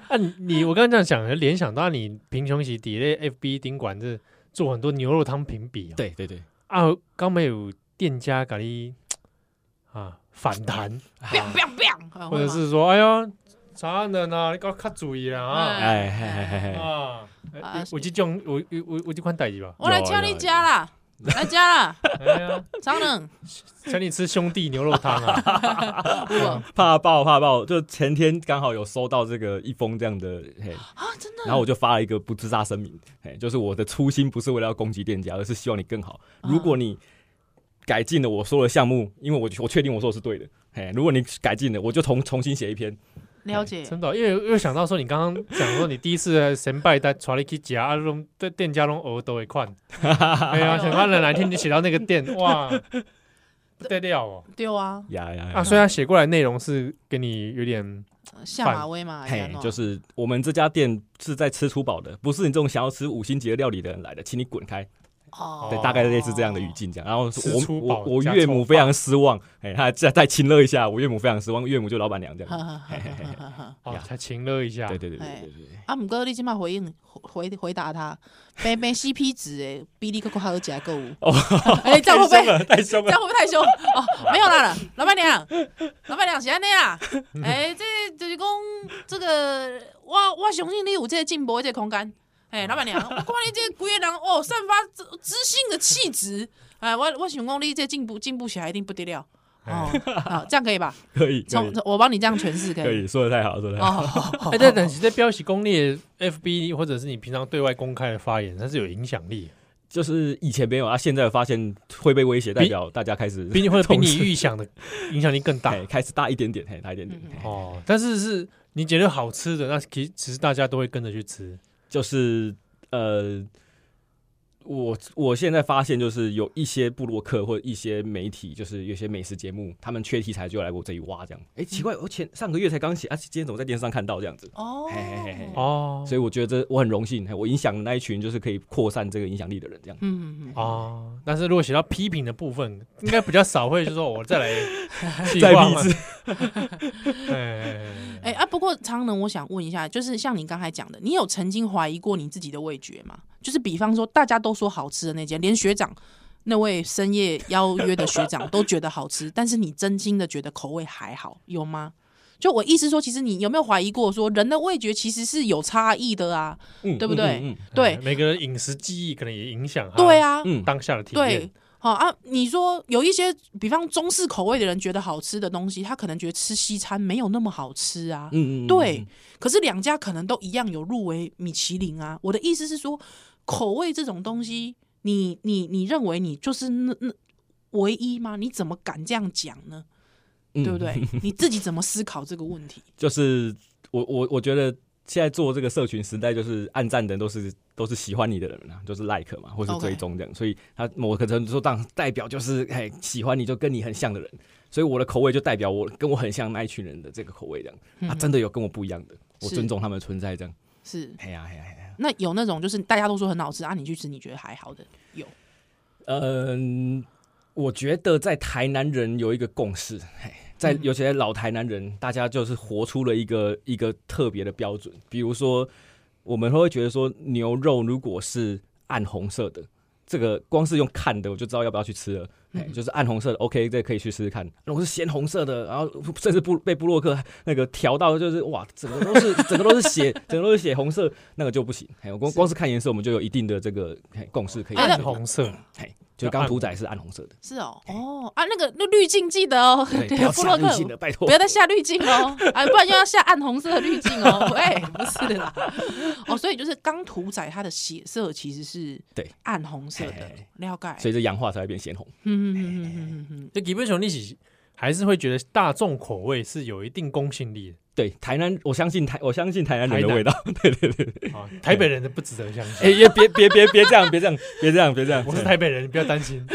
S2: 啊，你你我刚刚这样想，联想到你贫穷时底咧 FB 顶管这做很多牛肉汤评比啊，
S4: 对对对，
S2: 啊，刚没有店家给你啊反弹，
S3: biang biang biang，啊
S2: 或者
S3: 会吗
S2: 是说，哎呀，啥人啊，你搞较注意啦啊
S4: 哎嘿嘿嘿嘿，
S2: 啊！
S3: 嗯啊
S2: 有这种有有有有这款代志吧？
S3: 我来
S4: 有啊
S3: 请
S4: 有啊
S3: 你
S4: 有啊
S3: 家啦，来家啦，
S2: 哎呀，
S3: 张
S4: <laughs>
S3: 冷，
S2: 请你吃兄弟牛肉汤 <laughs> 啊！
S3: 有无啊，
S4: 怕爆怕爆！就前天刚好有收到这个一封这样的，嘿，
S3: 真
S4: 然后我就发了一个不自杀声明，嘿，就是我的初心不是为了要攻击店家，而是希望你更好。如果你改进了我说的项目，因为我我确定我说的是对的，嘿，如果你改进了，我就重重新写一篇。
S3: 了
S4: 哎
S3: 解。
S2: 真的哦，因为又想到说，你刚刚讲说你第一次神拜带传你去吃啊，拢对店家拢额都会 <laughs> 款。哎呀，想看哪天你写到那个店，哇，不得了哦！
S3: 对啊，
S4: 呀呀呀！
S2: 啊，虽然写过来内容是给你有点
S3: 下马威嘛，还是
S4: 嘿
S3: 怎，样
S4: 哎
S3: 哦
S4: 就是我们这家店是在吃粗饱的，不是你这种想要吃五星级的料理的人来的，请你滚开。
S3: 哦
S4: 对，大概类似这样的语境这样。然后
S2: 吃
S4: 我
S2: 粗
S4: 我
S2: 饱
S4: 我
S2: 加
S4: 岳
S2: 臭
S4: 母
S2: 饭
S4: 非常失望，哎，她再再亲热一下，我岳母非常失望，岳母就老板娘这
S3: 呵
S4: 样。
S3: 呵呵呵呵呵呵
S2: 哦
S4: 呀，
S2: 才情乐一下。
S4: 对对对对
S3: 哎
S4: 对对对。
S3: 啊，毋过你即摆回应回回答他，白白 CP 值诶，比你个较好食购物。
S4: <laughs> 哦，
S3: <laughs> 哎，这样会不会
S4: 太
S3: <laughs>
S4: 凶了太凶
S3: 这
S4: 了！
S3: 样会不会太凶？哦，没有啦啦，老板娘，老板娘是安尼啦。哎、这就是讲这个，我我相信你有这个进步，这个空间。哎、老板娘，我看你这规个人哦，散发知知性的气质。哎，我我想讲你这进步进步起来一定不得了。哦，好，这样可以吧？
S4: 可以哎可
S3: 从
S4: 以
S3: 从我帮你这样诠释可
S4: 可
S3: 以。
S4: 以，说的太好，说的太
S3: 哦，
S4: 好。
S3: 好好好
S2: 哎，但但是在标习功力 FB 或者是你平常对外公开的发言，它是有影响
S3: <laughs>
S2: 力的，
S4: 就是以前没有啊，现在发现会被威胁，代表大家开始
S2: 比你会比
S4: 重
S2: 你
S4: 视
S2: 预想的 <laughs> 影响力更大
S4: 哎，开始大一点点，嘿，大一点点。
S3: 嗯嗯
S4: 嘿
S2: 哦。但是是你觉得好吃的，那其其实大家都会跟着去吃。
S4: 就是呃，我我现在发现，就是有一些部落客或者一些媒体，就是有些美食节目，他们缺题材就来我这里挖这样。哎、奇怪，我前上个月才刚写，啊，今天怎么在电视上看到这样子？
S3: 哦
S4: 嘿嘿嘿嘿
S2: 哦
S4: 所以我觉得这我很荣幸，嘿我影响那一群就是可以扩散这个影响力的人，这样。
S3: 嗯，嗯
S2: 哦，但是如果写到批评的部分，应该比较少会就说我再来
S3: <laughs>
S2: 啊计
S4: 再
S2: 划
S4: 励
S2: 嘛 <laughs>
S4: 志，
S2: 哎，
S3: 哎、啊，不过常能，我想问一下，就是像你刚才讲的，你有曾经怀疑过你自己的味觉吗？就是比方说，大家都说好吃的那间，连学长那位深夜邀约的学长 <laughs> 都觉得好吃，但是你真心的觉得口味还好，有吗？就我意思说，其实你有没有怀疑过说人的味觉其实是有差异的啊？
S4: 嗯
S3: 对不对
S4: 嗯嗯
S3: 对
S2: 哎每个人饮食记忆可能也影响他
S3: 对啊，
S4: 嗯
S2: 当下的体验
S3: 对。，好啊，你说有一些，比方中式口味的人觉得好吃的东西，他可能觉得吃西餐没有那么好吃啊。
S4: 嗯嗯嗯，
S3: 对，可是两家可能都一样有入围米其林啊。我的意思是说，口味这种东西，你你你认为你就是那那唯一吗？你怎么敢这样讲呢？
S4: 嗯
S3: 对不？
S4: <laughs>
S3: 对？你自己怎么思考这个问题？
S4: 就是我我我觉得现在做这个社群时代，就是按赞的人都是都是喜欢你的人啊，就是 like 嘛，或是
S3: OK
S4: 追踪这样所以他某个程度上代表就是哎喜欢你就跟你很像的人，所以我的口味就代表我跟我很像那一群人的这个口味这样，他、真的有跟我不一样的，我
S3: 是
S4: 尊重他们的存在这样。
S3: 是
S4: 哎呀哎 <laughs> 呀哎呀，
S3: 那有那种就是大家都说很好吃啊，你去吃你觉得还好的有
S4: 嗯、我觉得在台南人有一个共识，嘿在
S3: 嗯
S4: 尤其在老台南人，大家就是活出了一个一个特别的标准。比如说，我们会觉得说，牛肉如果是暗红色的，这个光是用看的我就知道要不要去吃了。
S3: 嗯
S4: 哎，就是暗红色的，OK，这可以去试试看。如果是鲜红色的，然后甚至布被布洛克那个调到，就是哇，整个都是 <laughs> 整个都是血，整个都是血红色，那个就不行。哎，我光光是看颜色，我们就有一定的这个嘿共识可以。
S3: 哎那
S2: 暗红色，
S4: 嘿，就刚刚屠宰是暗红色的，
S3: 是哦，哦啊，那个那滤镜记得哦，<laughs>
S4: 哎对，不要
S3: 布
S4: 下
S3: 洛
S4: 滤
S3: 克
S4: 镜的，拜托
S3: 不。要再下滤镜哦，哎，不然又要下暗红色的滤镜
S4: <laughs>
S3: 哦。喂，不是的啦，哦，所以就是刚屠宰它的血色其实是
S4: 对
S3: 暗红色的
S4: 嘿，
S3: 了解。
S4: <laughs> 随着氧化才会变鲜红。
S3: 嗯嗯嗯嗯嗯嗯，
S2: 这基本上你是还是会觉得大众口味是有一定公信力
S4: 对，台南，我相信台，我相信台南人
S2: 台
S4: 的
S2: 南
S4: 味道。 <laughs> 对对对，
S2: 的啊。台北人的不值得相信，
S4: 哎，也别别别别这样，别这样，别这样，别这样。
S2: 我是台北人，你不要担心。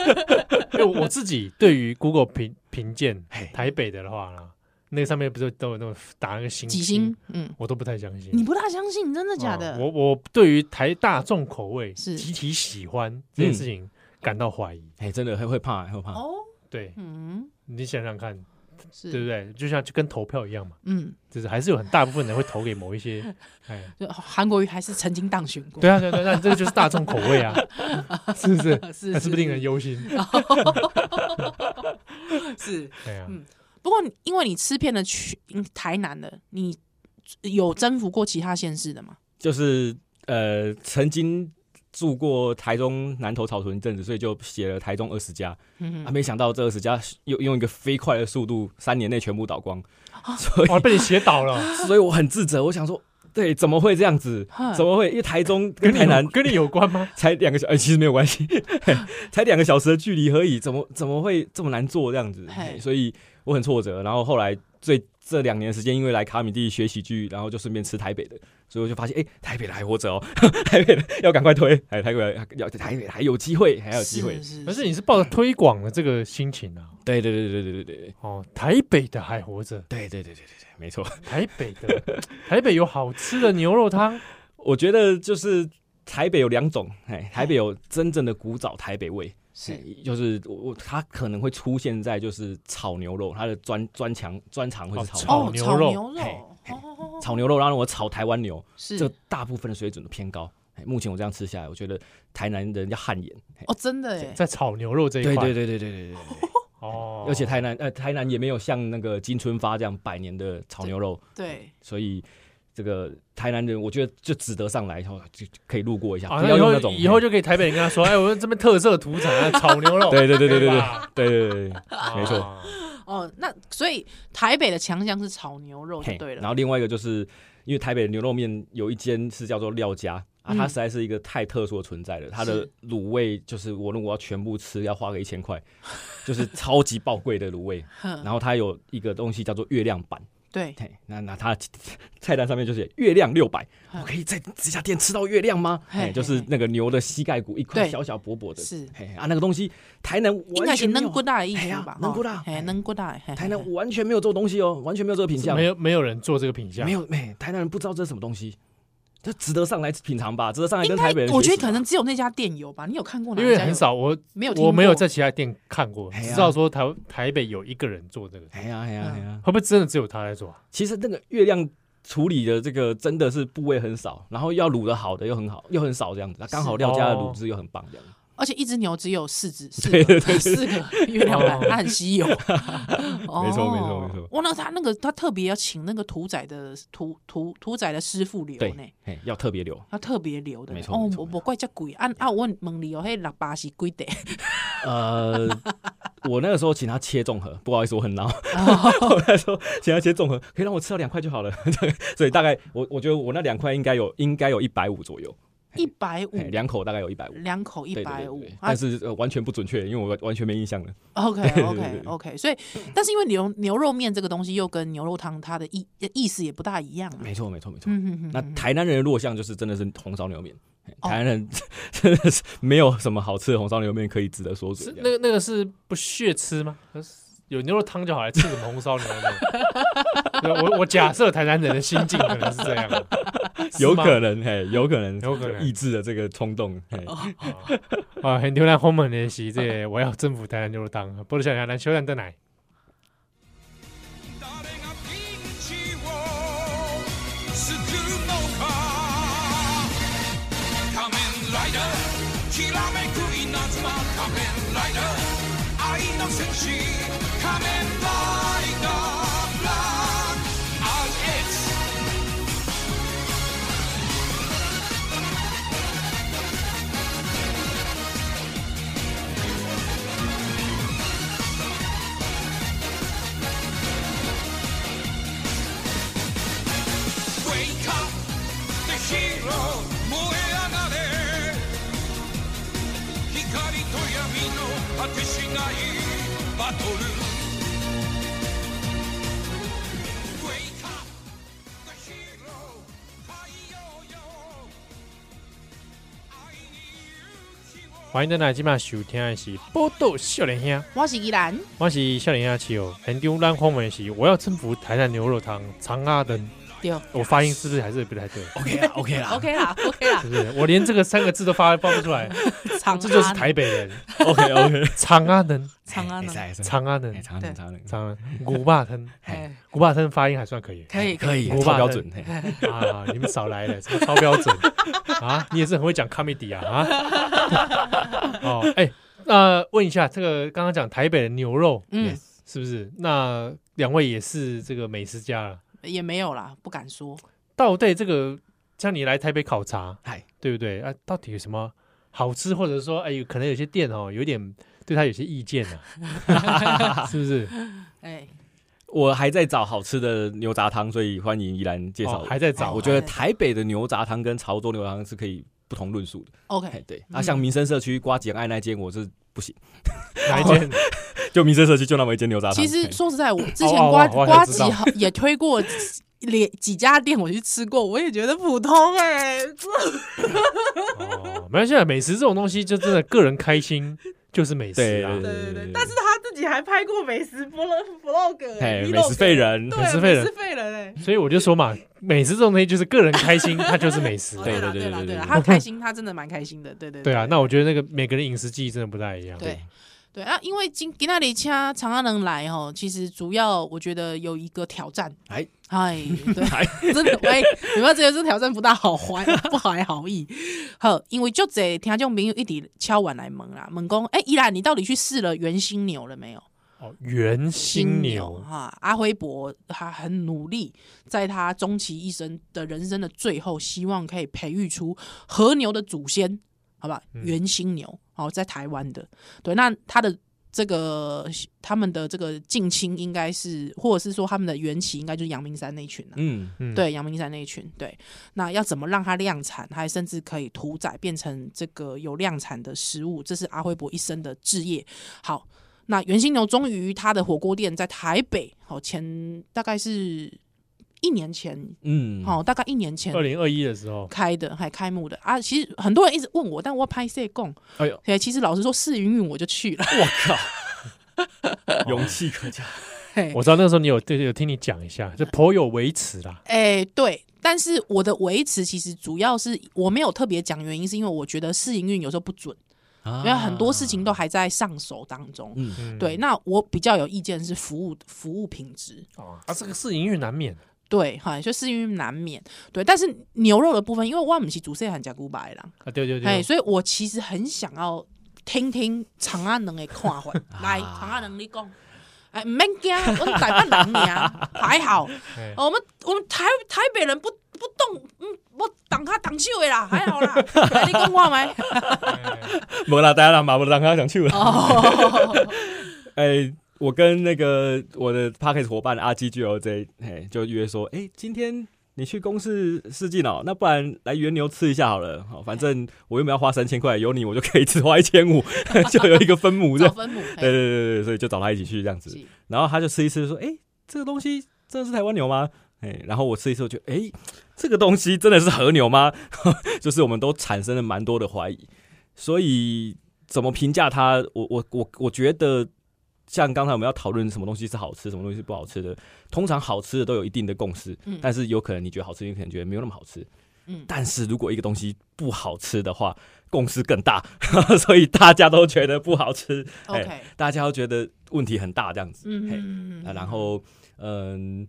S2: <laughs> 因为我自己对于 Google 评评鉴
S4: 嘿
S2: 台北的话啦，那个上面不是都有那种打那个星
S3: 几星？？嗯，
S2: 我都不太相信。
S3: 你不大相信，真的假
S2: 啊
S3: 的？
S2: 我我对于台大众口味
S3: 是
S2: 集体喜欢这件事情感到怀疑。
S4: 哎，真的会会怕，会怕。
S3: 哦，
S2: 对
S3: 嗯，
S2: 你想想看，
S3: 是，
S2: 对不对？就像就跟投票一样嘛，
S3: 嗯，
S2: 就是还是有很大部分人会投给某一
S3: <laughs>
S2: 些，哎，
S3: 就哦韩国瑜还是曾经当选
S4: <laughs>
S3: 过，
S2: 对啊，对啊对啊，那这个就是大众口味啊， <laughs> 是不是？
S3: <laughs> 是哦
S2: 那是不是令人
S3: <laughs>
S2: 忧心？
S3: 是。
S2: 对啊，
S3: 嗯不过你因为你吃遍了去嗯台南的，你有征服过其他县市的吗？
S4: 就是呃，曾经住过台中南投草屯一阵子，所以就写了台中二十家。
S3: 嗯
S4: 啊，没想到这二十家用用一个飞快的速度，三年内全部倒光，所
S2: <laughs> 哇，
S4: 以
S2: 哦被你写倒了，
S4: 所以我很自责，我想说，对，怎么会这样子
S3: 哼？
S4: 怎么会？因为台中 <laughs> <laughs> 跟
S2: 跟你
S4: 台南
S2: 有跟你有关吗？
S4: 才两个小，哎、其实没有关系，嘿才两个小时的距离而已，怎么怎么会这么难做这样子？
S3: 嘿
S4: 嘿所以我很挫折。然后后来最这两年的时间，因为来卡米蒂学喜剧，然后就顺便吃台北的，所以我就发现，哎、台北的还活着哦，台北的要赶快推，哎，台北的要台北的还有机会，还有机会
S3: 是。是，
S2: 而是你是抱着推广的这个心情啊。
S4: 对对对对对对对对
S2: 哦，台北的还活着，
S4: 对对对对对对，没错。
S2: 台北的 <laughs> 台北有好吃的牛肉汤，
S4: 我觉得就是台北有两种，哎，台北有真正的古早台北味，
S3: 是
S4: 嘿就是我我它可能会出现在就是炒牛肉，它的专专强专长会是炒牛
S2: 哦牛
S3: 哦，炒
S4: 肉。
S2: 肉
S3: 牛肉
S4: 嘿
S3: 哦哦哦哦
S4: 炒牛肉，然后我炒台湾牛，
S3: 是
S4: 这大部分的水准都偏高。嘿目前我这样吃下来，我觉得台南人要汗颜。嘿
S3: 哦，真的哎，
S2: 在炒牛肉这一
S4: 对
S2: 块，
S4: 对对对对对对对，
S2: 哦，
S4: <laughs> 而且台南呃台南也没有像那个金春发这样百年的炒牛肉，
S3: 对，
S4: 所以这个台南人我觉得就值得上来以后就就可以路过一下，
S2: 啊，
S4: 不
S2: 那
S4: 要
S2: 以
S4: 用那
S2: 后
S4: 种
S2: 以后就可以台北人跟他
S4: <laughs>
S2: 说，哎，我们这边特色土产啊，炒牛肉，
S4: 对对对对对对
S2: 吧
S4: 对对对对。没错
S2: 啊
S3: 哦，那所以台北的强项是炒牛肉就
S4: 嘿，
S3: 对了，
S4: 然后另外一个就是因为台北的牛肉面有一间是叫做廖家啊，
S3: 嗯
S4: 它实在是一个太特殊的存在了。它的
S3: 是
S4: 卤味就是我如果要全部吃，要花个一千块， <laughs> 就是超级宝贵的卤味。
S3: 哼
S4: 然后它有一个东西叫做月亮版，
S3: 对，
S4: 嘿，那那它菜单上面就写月亮六百，
S3: 嗯
S4: 我可以在这家店吃到月亮吗？
S3: 嘿
S4: 嘿，
S3: 嘿
S4: 就是
S3: 嘿
S4: 那个牛的膝盖骨一块
S3: 对
S4: 小小薄薄的，
S3: 是
S4: 嘿啊，那个东西台南
S3: 应
S4: 完
S3: 该是
S4: 全没
S3: 能
S4: 有
S3: 骨，大的意
S4: 嘿
S3: 思
S4: 呀
S3: 吧？
S4: 能
S3: 哦
S4: 骨大
S3: 嘿，
S4: 嘿
S3: 能骨大，嘿
S4: 台
S3: 嘿
S4: 南
S3: 嘿
S4: 完全没有这种东西哦，完全没有这个品相，
S2: 没有没有人做这个品相，
S4: 没有，没、台南人不知道这是什么东西，这值得上来品尝吧，值得上来
S3: 应
S4: 跟
S3: 该
S4: 台北人
S3: 我
S4: 学
S3: 觉得
S4: 啊习
S3: 可
S4: 吧
S3: 能只有那家店有吧？你有看过哪一
S2: 因
S3: 家有？
S2: 为很少，我
S3: 没有听
S2: 我没有
S3: 过
S2: 在其他店看过，
S4: 哎
S2: 只
S4: 呀
S2: 知道说台台北有一个人做这个，
S4: 哎呀哎
S3: 嗯
S4: 呀哎呀，
S2: 会不会真的只有他在做啊？
S4: 其实那个月亮处理的这个真的是部位很少，然后要卤的好的又很好，又很少这样子，
S3: 哦
S4: 刚好廖家的卤汁又很棒这样子。
S3: 而且一只牛只有四只，四个哎四个月亮板
S2: 哦，
S3: 它很稀有。哦没
S4: 没
S3: 错
S4: 错没错没错
S3: 哇，那他那个他特别要请那个屠宰的屠屠屠宰的师傅留
S4: 对
S3: 呢，，
S4: 哎，要特别留，
S3: 他特别留的呢。
S4: 没错
S3: 哦
S4: 没，错
S3: 我
S4: 没
S3: 我怪这贵。啊啊，我问你哦，嘿，六八是贵的，
S4: 呃， <laughs> 我那个时候请他切综合，不好意思，我很孬。
S3: <laughs>
S4: 我那时候请他切综合，可以让我吃到两块就好了。 <laughs> 所以大概我我觉得我那两块应该有应该有一百五左右，
S3: 一百五
S4: 哎两口大概有一百五。
S3: 两口嗯一
S4: 对对对
S3: 百
S4: 对
S3: 五
S4: 对
S3: 啊
S4: 但。是呃完全不准确，因为我完全没印象了。
S3: <laughs> OK
S4: 对
S3: OK
S4: 对
S3: OK，所以但是因为牛牛肉面这个东西又跟牛肉汤它的意呃意思也不大一样啊。
S4: 没错，没错，没错。
S3: 嗯哼哼
S4: 那台南人的弱项就是真的是红烧牛面，嘿
S3: 哦
S4: 台南人真的是没有什么好吃的红烧牛面可以值得说嘴
S2: 是
S4: 这
S2: 那
S4: 样。
S2: 个那个是不屑吃吗？可是有牛肉汤就好，还吃什么红烧牛肉面？ <laughs> 对我我假设台南人的心境可能是这样啊的，是
S4: 有
S2: 吗
S4: 可能，嘿，有可能，
S2: <laughs> 有可能
S4: 抑制了这个冲动。嘿
S2: 啊，很流浪红门的是这个我要征服台南牛肉汤，不如想想咱小蛋蛋奶。
S1: 誰がピンチを救うのか仮面ライダーきらめく稲妻仮面ライダー白燃え上がれ光と闇の果てしないバトル Wake up the hero 太陽よ愛に勇気を
S2: 欢迎大家今晚收听的是《波多少年兄》，
S3: 我是依兰，
S2: 我是少年兄七友。很丢烂荒文是，我要征服台南牛肉汤长阿灯。
S3: 对
S2: 我发音是不是还是不太对？
S4: OK 啦，OK 啦
S3: ，OK
S4: <laughs>
S3: 啦，OK 啦
S2: 是，不是？我连这个三个字都发发不出来，
S3: 长
S2: 这就是
S3: 安
S2: 台北人。
S4: ，OK <laughs> OK，
S2: 长阿灯，
S3: 长安
S4: 没事
S3: 的，
S4: 没事，
S2: 长阿灯
S4: 哎，，长
S3: 对
S4: 安长安，
S2: 长安古巴灯，
S4: 哎，
S3: 哎
S2: 古巴灯发音还算可以
S3: 可以
S4: 可以，
S2: 古
S4: 超
S2: 巴
S4: 标
S2: 的
S4: 准，嘿
S2: 啊！你们少来了，什么超标准啊？你也是很会讲 comedy 啊啊！ <laughs> 哦，哎，那问一下，这个刚刚讲台北的牛肉
S3: 嗯，
S2: 是不是？那两位也是这个美食家了，
S3: 也没有啦，不敢说。
S2: 到底这个像你来台北考察，
S4: 嗨，
S2: 对不对啊？到底有什么好吃，或者说，哎，有可能有些店哦，有点对他有些意见啊，是不是？
S3: 哎，
S4: 我还在找好吃的牛杂汤，所以欢迎依兰介绍哎
S2: 哦
S4: 我。
S2: 还在找，
S4: 我觉得台北的牛杂汤跟潮州牛杂汤是可以不同论述的。哎
S3: OK，，
S4: 对，啊，像民生社区瓜简爱那间，我是不行，
S2: 哪一间？
S4: 就民生社区就那么一间牛杂汤。
S3: 其实
S4: 嘿
S3: 说实在，我之前
S2: 哦哦
S3: 瓜
S2: 哦我
S3: 瓜
S2: 也知
S3: 子
S2: 道
S3: 好也推过连几 <laughs> 家店，我去吃过，我也觉得普通哎。
S2: 哦，没关系啊，美食这种东西就真的个人开心就是美食
S4: 对
S2: 啊。
S4: 对
S3: 他自己还拍过美食 vlog vlog，呃
S4: 哎，美食废，人，
S2: 美食废人
S3: 废人哎。
S2: 所以我就说嘛，美食这种东西就是个人开心，它就是美食
S3: 哦
S2: 啊。
S4: <laughs> 对
S3: 啦
S4: 对
S3: 对
S4: 对
S3: 啦
S4: 对
S3: 对啦，
S4: 对
S3: 他开心，他真的蛮开心的，对对
S2: 对啊，那我觉得那个每个人饮食记忆真的不太一样。
S3: 对对啊，因为今今那里掐长安能来哦，其实主要我觉得有一个挑战，
S4: 哎
S3: 哎，对，真的哎喂，你们觉得这挑战不大好 <laughs> 怀不怀好意？好，因为就这听众朋友一直敲碗来问啦，问讲，哎、依兰你到底去试了原心牛了没有？
S2: 哦，原心牛
S3: 哈，阿辉伯他很努力，在他终其一生的人生的最后，希望可以培育出和牛的祖先，好吧？
S2: 嗯
S3: 原心牛，哦，在台湾的，对，那他的这个他们的这个近亲应该是，或者是说他们的缘起应该就是阳明山那一群啊。
S4: 嗯，
S2: 嗯
S3: 对，阳明山那一群，对，那要怎么让它量产，还甚至可以屠宰变成这个有量产的食物，这是阿辉伯一生的志业。好，那袁心牛终于他的火锅店在台北，好前大概是一年前，
S4: 嗯，
S3: 好、大概一年前
S2: 二零二一的时候，
S3: 开的，还开幕的啊。其实很多人一直问我，但我拍摄供，
S4: 哎呦，
S3: 对，其实老实说，试云云我就去
S2: <laughs>
S3: 了，
S4: 我靠，勇气可嘉，
S3: 嘿
S2: 哎我知道那个时候你有对有听你讲一下，就
S4: 嗯
S2: 颇有微词啦。
S3: 哎、对，但是我的维持其实主要是我没有特别讲原因，是因为我觉得试营运有时候不准。
S4: 因
S3: <laughs> 因为很多事情都还在上手当中。
S4: 啊嗯
S2: 嗯
S3: 对，那我比较有意见是服务服务品质，
S2: 哦啊，这个是隐喻难免。
S3: 对哈，就是因为难免对，但是牛肉的部分，因为我们是主食很加古白啦，
S2: 啊，对对
S3: 哎，
S2: 对，
S3: 所以我其实很想要听听长安人的看
S4: <laughs>
S3: 法。来，长安人你讲，哎，唔免惊，我们台北人呀，还好，
S2: 哎，
S3: 哦我们我们台台北人不不动，嗯，我挡他挡手的啦，还好
S4: <laughs>
S3: 啦，来你讲话没？
S4: 没啦，大家啦，马不让他讲去了。
S3: 哦，
S4: <laughs> 哎，我跟那个我的 p a c k e t 伙伴阿基 G O J，哎，就约说，哎，今天。你去公司试镜哦，那不然来原牛吃一下好了。哦好，反正我又没有花三千块，有你我就可以只花一千五， <laughs> 就有一个分母这
S3: 找 <laughs>
S4: 样。
S3: 分母，嘿
S4: 对对对对，所以就找他一起去这样子。
S3: 是
S4: 然后他就吃一吃，说：“哎、这个东西真的是台湾牛吗？”哎、然后我吃一吃，我觉得，哎、这个东西真的是和牛吗？ <laughs> 就是我们都产生了蛮多的怀疑，所以怎么评价它？我我我我觉得，像刚才我们要讨论什么东西是好吃，什么东西是不好吃的，通常好吃的都有一定的共识，
S3: 嗯
S4: 但是有可能你觉得好吃，你可能觉得没有那么好吃。
S3: 嗯
S4: 但是如果一个东西不好吃的话，共识更大， <laughs> 所以大家都觉得不好吃，哎
S3: ，OK。
S4: 大家都觉得问题很大这样子。嘿
S3: 嗯
S4: 啊，然后嗯，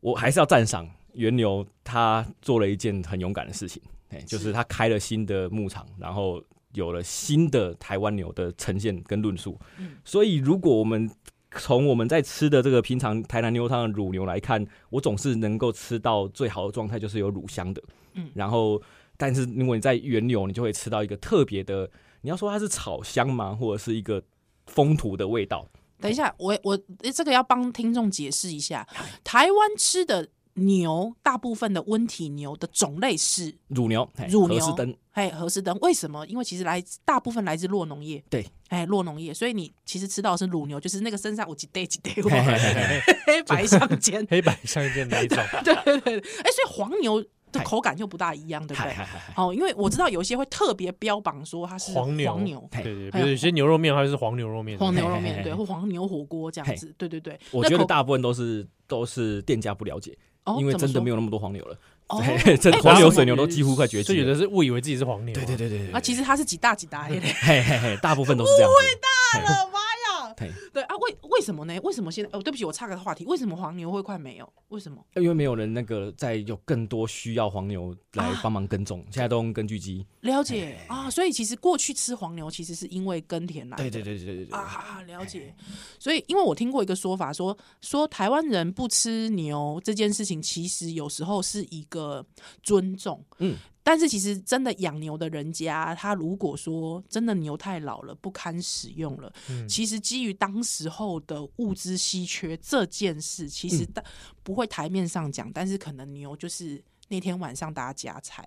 S4: 我还是要赞赏原牛，他做了一件很勇敢的事情，哎，就是他开了新的牧场，然后有了新的台湾牛的呈现跟论述。
S3: 嗯
S4: 所以，如果我们从我们在吃的这个平常台南牛汤的乳牛来看，我总是能够吃到最好的状态，就是有乳香的。
S3: 嗯
S4: 然后，但是如果你在原牛，你就会吃到一个特别的，你要说它是草香吗，或者是一个风土的味道？
S3: 等一下，我我诶这个要帮听众解释一下，台湾吃的牛大部分的温体牛的种类是
S4: 乳牛，嘿
S3: 乳牛
S4: 荷士登，
S3: 哎荷士登，为什么？因为其实来自大部分来自洛农业，
S4: 对，
S3: 哎洛农业，所以你其实吃到的是乳牛，就是那个身上有几堆几堆
S4: <laughs> 嘿哦嘿嘿嘿
S3: 黑白相间
S2: 黑白相间那一
S4: <laughs>
S2: 种，
S3: 对对对，对哎，所以黄牛的口感就不大一样，对不
S4: 嗨
S3: 对
S4: 嗨？嗨嗨
S3: 哦，因为我知道有一些会特别标榜说它是
S2: 黄牛，
S3: 黄牛
S2: 对
S4: 哎
S2: 对，比
S3: 还有
S2: 如有些牛肉面它就是黄牛肉面，
S3: 黄牛
S2: 嘿
S3: 肉
S4: 嘿嘿
S3: 面
S4: 嘿
S3: 对，或黄牛火锅这样
S4: 嘿
S3: 子，对对对。
S4: 我
S3: <laughs> 那
S4: 觉得
S3: 口
S4: 大部分都是都是店家不了解，
S3: 哦
S4: 因为
S3: 怎么
S4: 真的
S3: 说
S4: 没有那么多黄牛了，
S3: 哦
S4: <laughs> 对，这
S3: 哎
S4: 黄
S3: 我
S4: 牛
S3: 是
S4: 水牛都几乎快绝
S2: 所以
S4: 迹
S2: 有
S4: 了。
S2: 的是误以为自己是黄牛，
S4: 对对对对对，
S3: 啊，其实它是几大几大黑的。
S4: 嘿嘿嘿，大部分都是这样子。
S3: 啊妈呀！
S4: 嘿
S3: 对啊，为为什么呢？为什么现在？哦，对不起，我岔个话题。为什么黄牛会快没有？为什么？
S4: 嘿因为没有人那个在有更多需要黄牛来
S3: 啊
S4: 帮忙耕种，现在都用根据机。
S3: 了
S4: 哎
S3: 解啊，所以其实过去吃黄牛其实是因为耕田来的。
S4: 对对对对对对哎对，
S3: 啊，了解。所以，因为我听过一个说法说，说台湾人不吃牛这件事情，其实有时候是一个尊重。
S4: 嗯，
S3: 但是其实真的养牛的人家，他如果说真的牛太老了，不堪使用了，
S4: 嗯
S3: 其实基于当时候的物资稀缺这件事，其实
S4: 嗯
S3: 大、不会台面上讲，但是可能牛就是那天晚上大家夹菜，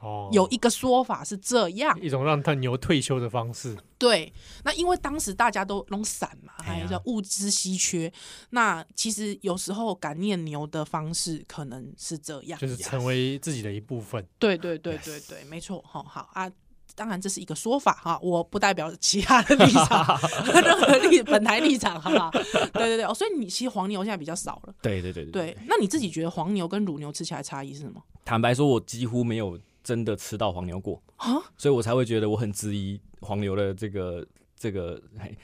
S2: 哦，
S3: 有一个说法是这样。
S2: 一种让他牛退休的方式，
S3: 对，那因为当时大家都弄散嘛，
S4: 哎
S3: 还
S4: 呀
S3: 有叫物资稀缺。那其实有时候感念牛的方式可能是这样，
S2: 就是成为自己的一部分。
S3: 对对对对对，没错。好好啊，当然这是一个说法哈，我不代表其他的立场， <laughs> 任何立本台立场，好不好？对对对，哦所以你其实黄牛现在比较少了。
S4: 对对对对
S3: 对，那你自己觉得黄牛跟乳牛吃起来差异是什么？
S4: 坦白说，我几乎没有真的吃到黄牛过
S3: 啊
S4: 所以我才会觉得我很质疑黄牛的这个这个嘿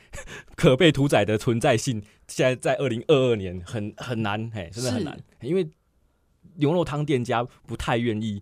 S4: 可被屠宰的存在性。现在在二零二二年很很难，嘿，真的很难，因为牛肉汤店家不太愿意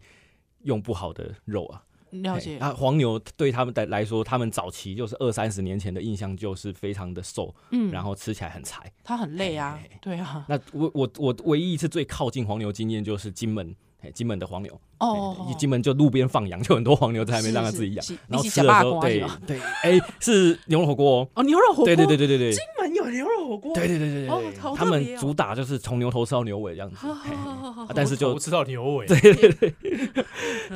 S4: 用不好的肉啊。
S3: 了
S4: 嘿
S3: 解，
S4: 啊，黄牛对他们来来说，他们早期就是二三十年前的印象就是非常的瘦，
S3: 嗯，
S4: 然后吃起来很柴。
S3: 他很累啊
S4: 嘿嘿，
S3: 对啊，
S4: 那我我我唯一一次最靠近黄牛经验就是金门，嘿，金门的黄牛。
S3: 哦
S4: 一，进门就路边放羊，就 <laughs> 很多黄牛在那边让他自己养
S3: 是是是，
S4: 然后
S3: 一起
S4: 吃的
S3: 夹
S4: 时
S3: 肉
S4: 候，
S3: 瓜是
S4: 对
S3: 吧
S4: 对，哎，是牛肉火锅哦，
S3: 哦，牛 <laughs> 肉火锅，
S4: 对对对，对对对，
S3: 金门有牛肉火锅，
S4: 对对对对
S3: 哦
S4: 对，
S3: 好
S4: 他
S3: 特别
S4: 们
S3: 哦
S4: 主打就是从牛头吃到牛尾这样子，
S3: 好好
S4: 嘿
S3: 好好好
S4: 啊但是
S2: 我
S4: 就
S2: 头吃到牛尾，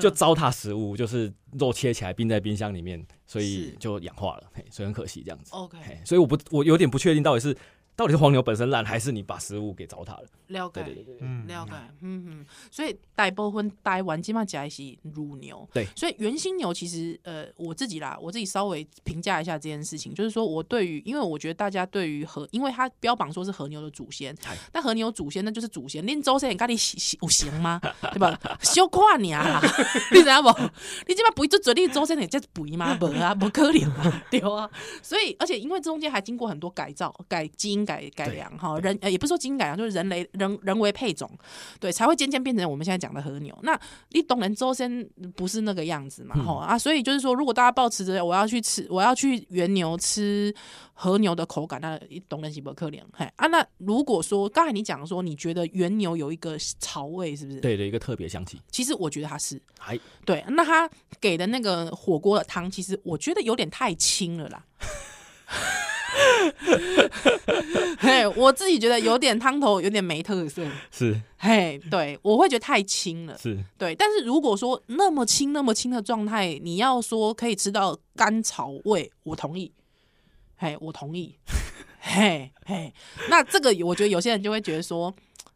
S4: 就糟蹋食物，就是肉切起来冰在冰箱里面，所以
S3: 是哦
S4: 就氧化了，嘿，所以很可惜这样子，
S3: OK，
S4: 嘿，所以我不我有点不确定到底是到底是黄牛本身烂，还是你把食物给糟蹋了，
S3: 了解
S4: 对对对对，
S2: 嗯，
S3: 了解，嗯嗯，所以大部分台湾基本上加的是乳牛，
S4: 对
S3: 所以原心牛其实呃我自己啦，我自己稍微评价一下这件事情，就是说我对于，因为我觉得大家对于和，因为它标榜说是和牛的祖先
S4: 嗨，
S3: 但和牛祖先那就是祖先，恁祖先家你有行吗？对吧？小看你啊，你知道不？你这边肥就嘴，你祖先会这肥吗？无啊，不可能啊， <laughs> 对啊。所以，而且因为中间还经过很多改造、改基因改改良哈，人呃也不是说基因改良，就是人类人人为配种，对，才会渐渐变成我们现在讲的和牛。那你懂人周身不是那个样子嘛？吼、啊，所以就是说，如果大家抱持着我要去吃，我要去原牛吃和牛的口感，那懂人喜不可怜。嘿啊，那如果说刚才你讲说，你觉得原牛有一个潮味，是不是？，
S4: 对对，一个特别香气，
S3: 其实我觉得它是
S4: 哎，
S3: 对。那它给的那个火锅的汤，其实我觉得有点太清了啦。 <laughs> 嘿，我自己觉得有点汤头，有点没特色。
S4: 是
S3: 嘿，对，我会觉得太清了。
S4: 是，
S3: 对，但是如果说那么轻、那么轻的状态，你要说可以吃到甘草味，我同意。嘿，我同意。嘿，嘿，那这个我觉得有些人就会觉得说，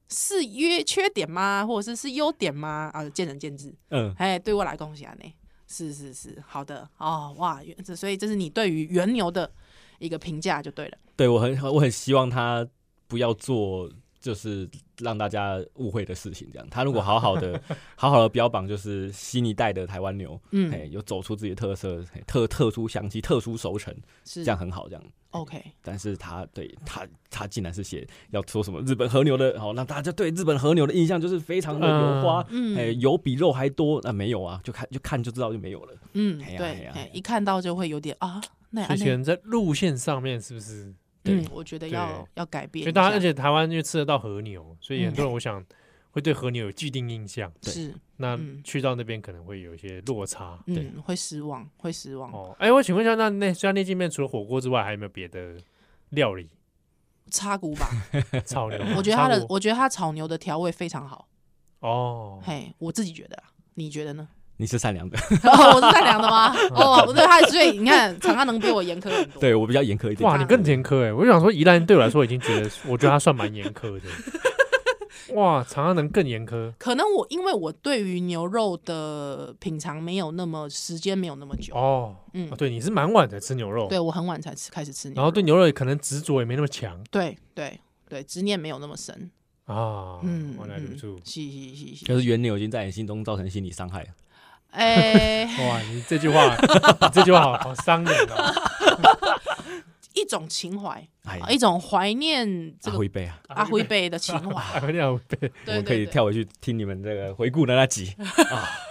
S3: 是约缺点吗？或者是是优点吗？啊，见仁见智。
S4: 嗯，
S3: 哎，对我来恭喜啊，呢，是是是，好的哦，哇，原这所以这是你对于原牛的一个评价就对了。
S4: 对我很 <laughs> 我很希望他不要做就是让大家误会的事情，这样。他如果好好的好好的标榜就是新一代的台湾牛，
S3: 嗯
S4: 哎，有走出自己的特色，嘿特特殊香气、特殊熟成，
S3: 是
S4: 这样很好，这样。
S3: OK，
S4: 但是他对他他竟然是写要说什么日本和牛的，好、让大家对日本和牛的印象就是非常的油花，
S3: 嗯
S4: 哎、油比肉还多，那、没有啊，就看就看就知道就没有了。
S3: 嗯，
S4: 嘿呀嘿
S3: 对
S4: 呀，
S3: 嘿
S4: 嘿
S3: 一看到就会有点啊，那
S2: 所以
S3: 那
S2: 可能在路线上面是不是？
S3: 嗯，我觉得要
S2: 对
S3: 要改
S2: 因
S3: 变一下，
S2: 为大家而且台湾因为吃得到和牛，所以很
S3: 嗯
S2: 多人我想会对和牛有既定印象。
S3: 是
S2: 那
S3: 嗯
S2: 去到那边可能会有一些落差。
S4: 对
S3: 嗯会失望，会失望。
S2: 哦哦，哎，我请问一下，那那虽然那间面除了火锅之外，还有没有别的料理？
S3: 叉骨
S2: <laughs>
S3: 吧，
S2: 炒牛，
S3: 我觉得它
S2: 炒
S3: 的
S2: 股
S3: 我觉得它炒牛的调味非常好，
S2: 哦，
S3: 嘿，我自己觉得啊，你觉
S2: <laughs>
S3: 得呢？
S4: 你是善良的，
S3: 我是善良的吗？哦，对他，所以你看，长安能比我严苛很多。
S4: 对我比较严苛一点。
S2: 哇，你更严苛哎！我就想说，宜兰对我来说已经觉得，我觉得他算蛮严苛
S3: <laughs>
S2: 的。哇，长安能更严苛
S3: 可能我因为我对于牛肉的品尝没有那么时间没有那么久，
S2: 哦。
S3: 嗯
S2: 啊，对，你是蛮晚才吃牛肉，
S3: 对我很晚才吃开始吃牛肉，
S2: 然后对牛肉可能执着也没那么强
S3: 对对对执念没有那么深，
S2: 啊。
S3: 嗯，
S2: 原来如此
S3: 嗯。是是是是，
S4: 就是原牛已经在你心中造成心理伤害了。
S3: 哎、 <laughs>
S2: 哇，你这句话，你这句话好好伤人哦。
S3: 一种情怀，
S4: 哎，
S3: 一种怀念这
S4: 阿
S3: 个
S4: 辉杯啊，
S3: 阿辉辈的情
S2: <laughs>
S3: 怀，
S2: 啊，那样被
S4: 我
S3: 对
S4: 们可
S3: 对对，
S4: 以跳回去听你们这个回顾的那
S3: <laughs>
S4: 集。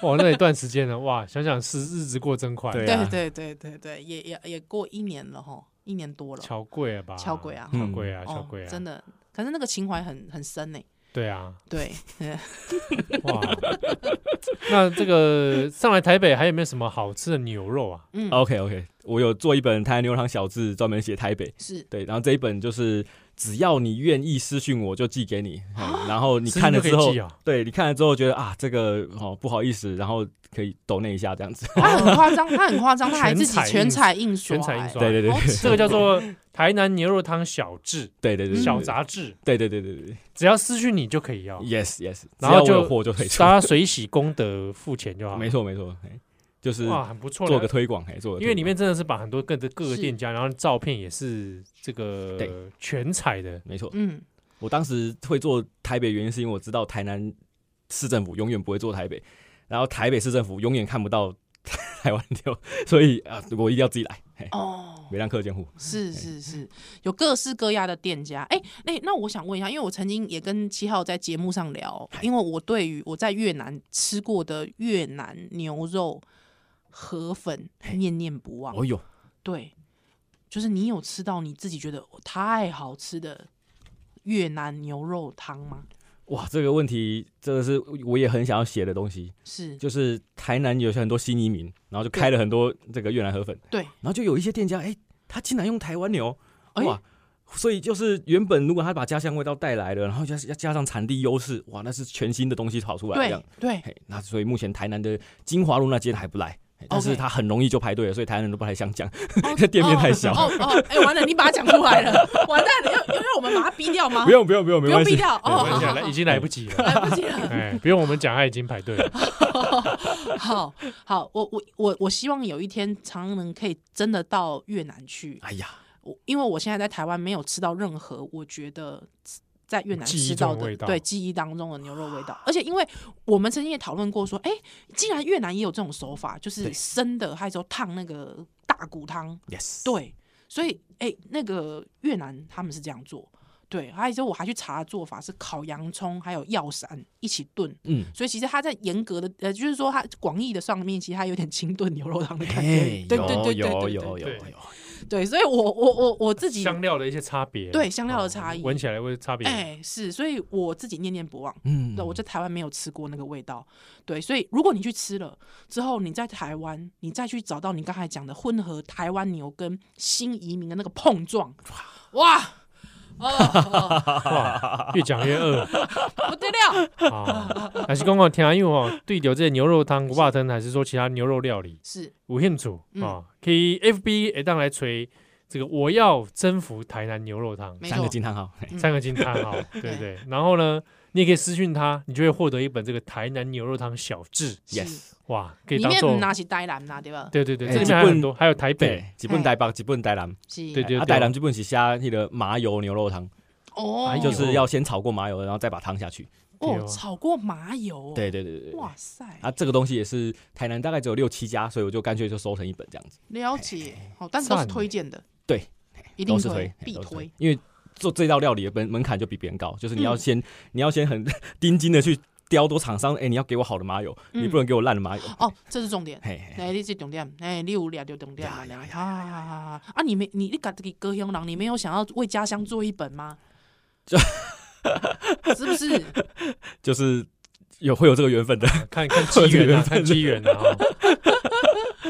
S2: 哇那一段时间了，哇，想想是日子过真快，
S4: 对啊
S3: 对对对对对，也也也过一年了哈，一年多了，
S2: 巧贵了吧？
S3: 超贵啊
S2: 巧贵啊，巧
S3: 哦
S2: 贵啊，
S3: 真的，可是那个情怀很很深呢、
S2: 对啊，
S3: 对，嗯
S2: 哇。那这个上来台北还有没有什么好吃的牛肉啊？
S3: 嗯，
S4: OK OK，我有做一本台南牛郎小志，专门写台北。 <laughs>
S3: 是
S4: 对，然后这一本就是只要你愿意私讯我就寄
S3: <gasps>
S4: 给你，嗯然后你
S2: 吃
S4: 看了
S2: 就可以
S4: 之后
S2: 寄，啊
S4: 对你看了之后觉得啊这个哦不好意思，然后可以抖那一下这样子。 <laughs>
S3: 他很夸张，他很夸张，他还自己全
S2: 全
S3: 彩印刷、哎
S2: 全彩印刷，
S4: 对对对
S3: 好扯
S2: 这个叫
S4: <laughs>
S2: 做台南牛肉汤小志、
S4: 对对对，对
S2: 小，杂志，
S4: 对对对对对对
S2: 只要私讯你就可以要，
S4: ，yes yes，
S2: 然后
S4: 只要我有
S2: 就
S4: 货就可以
S2: 大
S4: 做，
S2: 家水洗功德付钱就好。
S4: 没错没错，嘿就是
S2: 哇，很不错
S4: 做个
S2: 的。
S4: 推广，还做个推广
S2: 因为里面真的是把很多各的各个
S3: 是
S2: 店家，然后照片也是这
S4: 对
S2: 个全彩的
S4: 没错，
S3: 嗯，
S4: 我当时会做台北，原因是因为我知道台南市政府永远不会做台北，然后台北市政府永远看不到 <laughs> 台湾牛，所以啊，我一定要自己来，嘿，
S3: 哦，
S4: 每辆客监护。
S3: 是是是，有各式各样的店家。哎、那、那我想问一下，因为我曾经也跟七号在节目上聊，因为我对于我在越南吃过的越南牛肉河粉念念不忘。
S4: 哦哟，
S3: 对，就是你有吃到你自己觉得哦太好吃的越南牛肉汤吗？
S4: 哇，这个问题真的是我也很想要写的东西，
S3: 是，
S4: 就是台南有些很多新移民，然后就开了很多这个越南河粉，
S3: 对，
S4: 然后就有一些店家，哎、他竟然用台湾牛，
S3: 哎、
S4: 哇！所以就是原本如果他把家乡味道带来了，然后加加加上产地优势，哇，那是全新的东西跑出来这样
S3: 对。对，
S4: 嘿，那所以目前台南的金华路那间还不来，嘿但是
S3: OK
S4: 它很容易就排队了，所以台南人都不太想讲， <laughs>
S3: 哦
S4: 店面太小
S3: 哦哦，哦哎、完了，你把它讲出来了，完蛋了，要要让我们把它逼掉吗？
S4: 不用不用不用，
S3: 哦不
S4: 没
S3: 用
S4: 关
S3: 逼
S4: 系。
S3: 掉
S2: 没
S3: 哦，好
S2: 关系
S3: 好
S2: 啊，
S3: 好
S2: 来
S3: <laughs>
S2: 已经来不及
S4: <laughs>
S2: 了。
S3: 来不及了。
S2: 哎，不用我们讲，他已经排队了。
S3: 好好，我我我我希望有一天常能可以真的到越南去，
S4: 哎呀，
S3: 我因为我现在在台湾没有吃到任何我觉得在越南
S2: 记忆
S3: 吃到
S2: 中的
S3: 的
S2: 味道
S3: 对记忆当中的牛肉味道，而且因为我们曾经也讨论过说，哎、既然越南也有这种手法，就是生的，还有时候烫那个大骨汤，
S4: ，yes，，
S3: 对，所以哎、那个越南他们是这样做。对，还有之后我还去查做法是烤洋葱还有药膳一起炖，
S4: 嗯，
S3: 所以其实它在严格的呃，就是说它广义的上面，其实它有点清炖牛肉汤的感觉
S4: 嘿，。
S3: 对对对对
S4: 有有
S3: 对
S4: 有
S3: 对
S4: 有
S2: 对
S4: 有，
S3: 对，所以我我我我自己
S2: 香料的一些差别，啊
S3: 对香料的差异
S2: 哦闻起来会差别。
S3: 哎、是，所以我自己念念不忘。
S4: 嗯
S3: 对，我在台湾没有吃过那个味道，对，所以如果你去吃了之后，你在台湾，你再去找到你刚才讲的混合台湾牛跟新移民的那个碰撞，哇，哦，哦
S2: 哇，越讲越
S3: <laughs>
S2: 饿
S3: 不得
S4: <laughs>
S3: 了，
S2: 啊！还是讲讲听，因为哦，对有这些牛肉汤、古巴汤，还是说其他牛肉料理，
S3: 是
S2: 有兴趣
S3: 嗯
S2: 啊，可以 FB 哎，当来锤这个我要征服台南牛肉汤
S3: 没
S4: 三个
S3: 错，
S4: 惊叹号，嘿
S3: 嗯
S2: 三个金汤
S3: <laughs>
S2: 好，对不对？然后呢，你也可以私讯他，你就会获得一本这个台南牛肉汤小志，
S3: 是
S4: yes
S2: 哇，可以
S3: 里
S2: 当
S3: 面
S2: 做
S3: 拿起呆蓝啦，对吧？
S2: 对对对，
S4: 哎
S2: 这里面还有
S4: 几
S2: 很
S4: 本
S2: 多，还有台北
S4: 对，基本台北，基本台南，
S3: 是，
S2: 对对
S4: 啊，台南基本是下那个麻油牛肉汤，
S3: 哦
S2: 哎，
S4: 就
S2: 呦
S4: 是要先炒过麻油，然后再把汤下去。
S3: 哦，炒过麻油，
S4: 对，对对对对，
S3: 哇塞，
S4: 啊，这个东西也是台南大概只有六七家，所以我就干脆就收成一本这样子，
S3: 了解，好，但是都是
S2: 赞
S3: 推荐的，
S4: 哎对，
S3: 一定
S4: 都是推，嘿
S3: 必
S4: 都是
S3: 推，，
S4: 因为做这道料理的门门槛就比别人高，就是你要
S3: 嗯
S4: 先你要先很 <laughs> 盯紧的去刁多厂商，哎，你要给我好的麻油，
S3: 嗯
S4: 你不能给我烂的麻油。
S3: 哦，这是重点。
S4: 嘿嘿嘿
S3: 哎，你这重点，哎，你有俩就重点嘛，
S4: 呀
S3: 啊
S4: 呀呀
S3: 啊啊！你没你你家自己高雄人，你没有想要为家乡做一本吗？ <laughs> 是不是？
S4: 嗯就是有会有这个缘分的， <laughs>
S2: <laughs> 看看机缘啊，看机缘啊。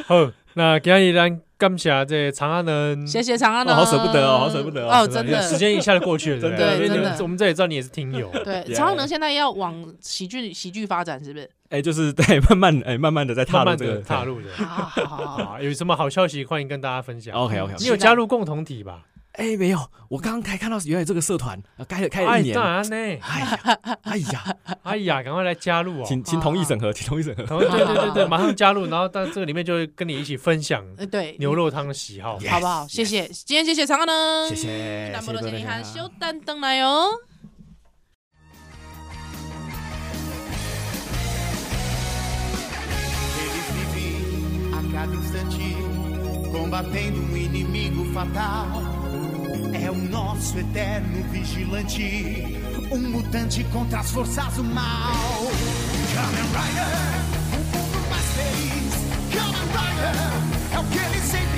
S2: 哦好，那今日咱感谢这长安人，
S3: 谢谢长安人，
S4: 哦好舍不得哦好舍不得哦
S3: 哦，真的，
S2: 时间一下就过去了，对不
S3: 真的
S2: 对
S3: 真的
S2: 因为我们这里知道你也是听友，
S3: 对，
S4: Yeah
S3: 长安人现在要往喜剧喜剧发展，是不是？
S4: 哎、就是对，慢慢哎、慢慢的在踏
S2: 慢
S4: 入
S2: 慢
S4: 这个哦
S2: 的踏。入的。
S3: 好好好好好，
S2: 啊，有什么好消息欢迎跟大家分享。
S4: OK OK
S2: 你
S4: OK，
S2: 有加入共同体吧？
S4: 哎、没有，我刚才看到原来这个社团呃开了开了
S2: 哎
S4: 一，年，
S2: 当然呢，
S4: 哎呀哎
S3: <laughs>
S4: 呀，
S2: 哎呀，赶快来加入哦！
S4: 请请同意审核，请同意审核。
S2: 同对对对对，马上加入，然后到这个里面就会跟你一起分享
S3: 呃，对，
S2: 牛肉汤的喜好。
S3: 好不好？谢谢，今天谢谢长安人，
S4: 谢谢，
S3: 南
S4: 谢
S3: 部
S4: 谢
S3: 罗
S4: 各
S3: 先
S4: 位
S3: 林
S4: 大
S3: 汉，
S4: 家
S3: 稍等等来哦。
S5: Eles vivem a cada instante combatendo um inimigo fatal. É o nosso eterno vigilante, um mutante contra as forças do mal. Kamen Rider, o povo mais feliz. Kamen Rider, é o que ele sempre um é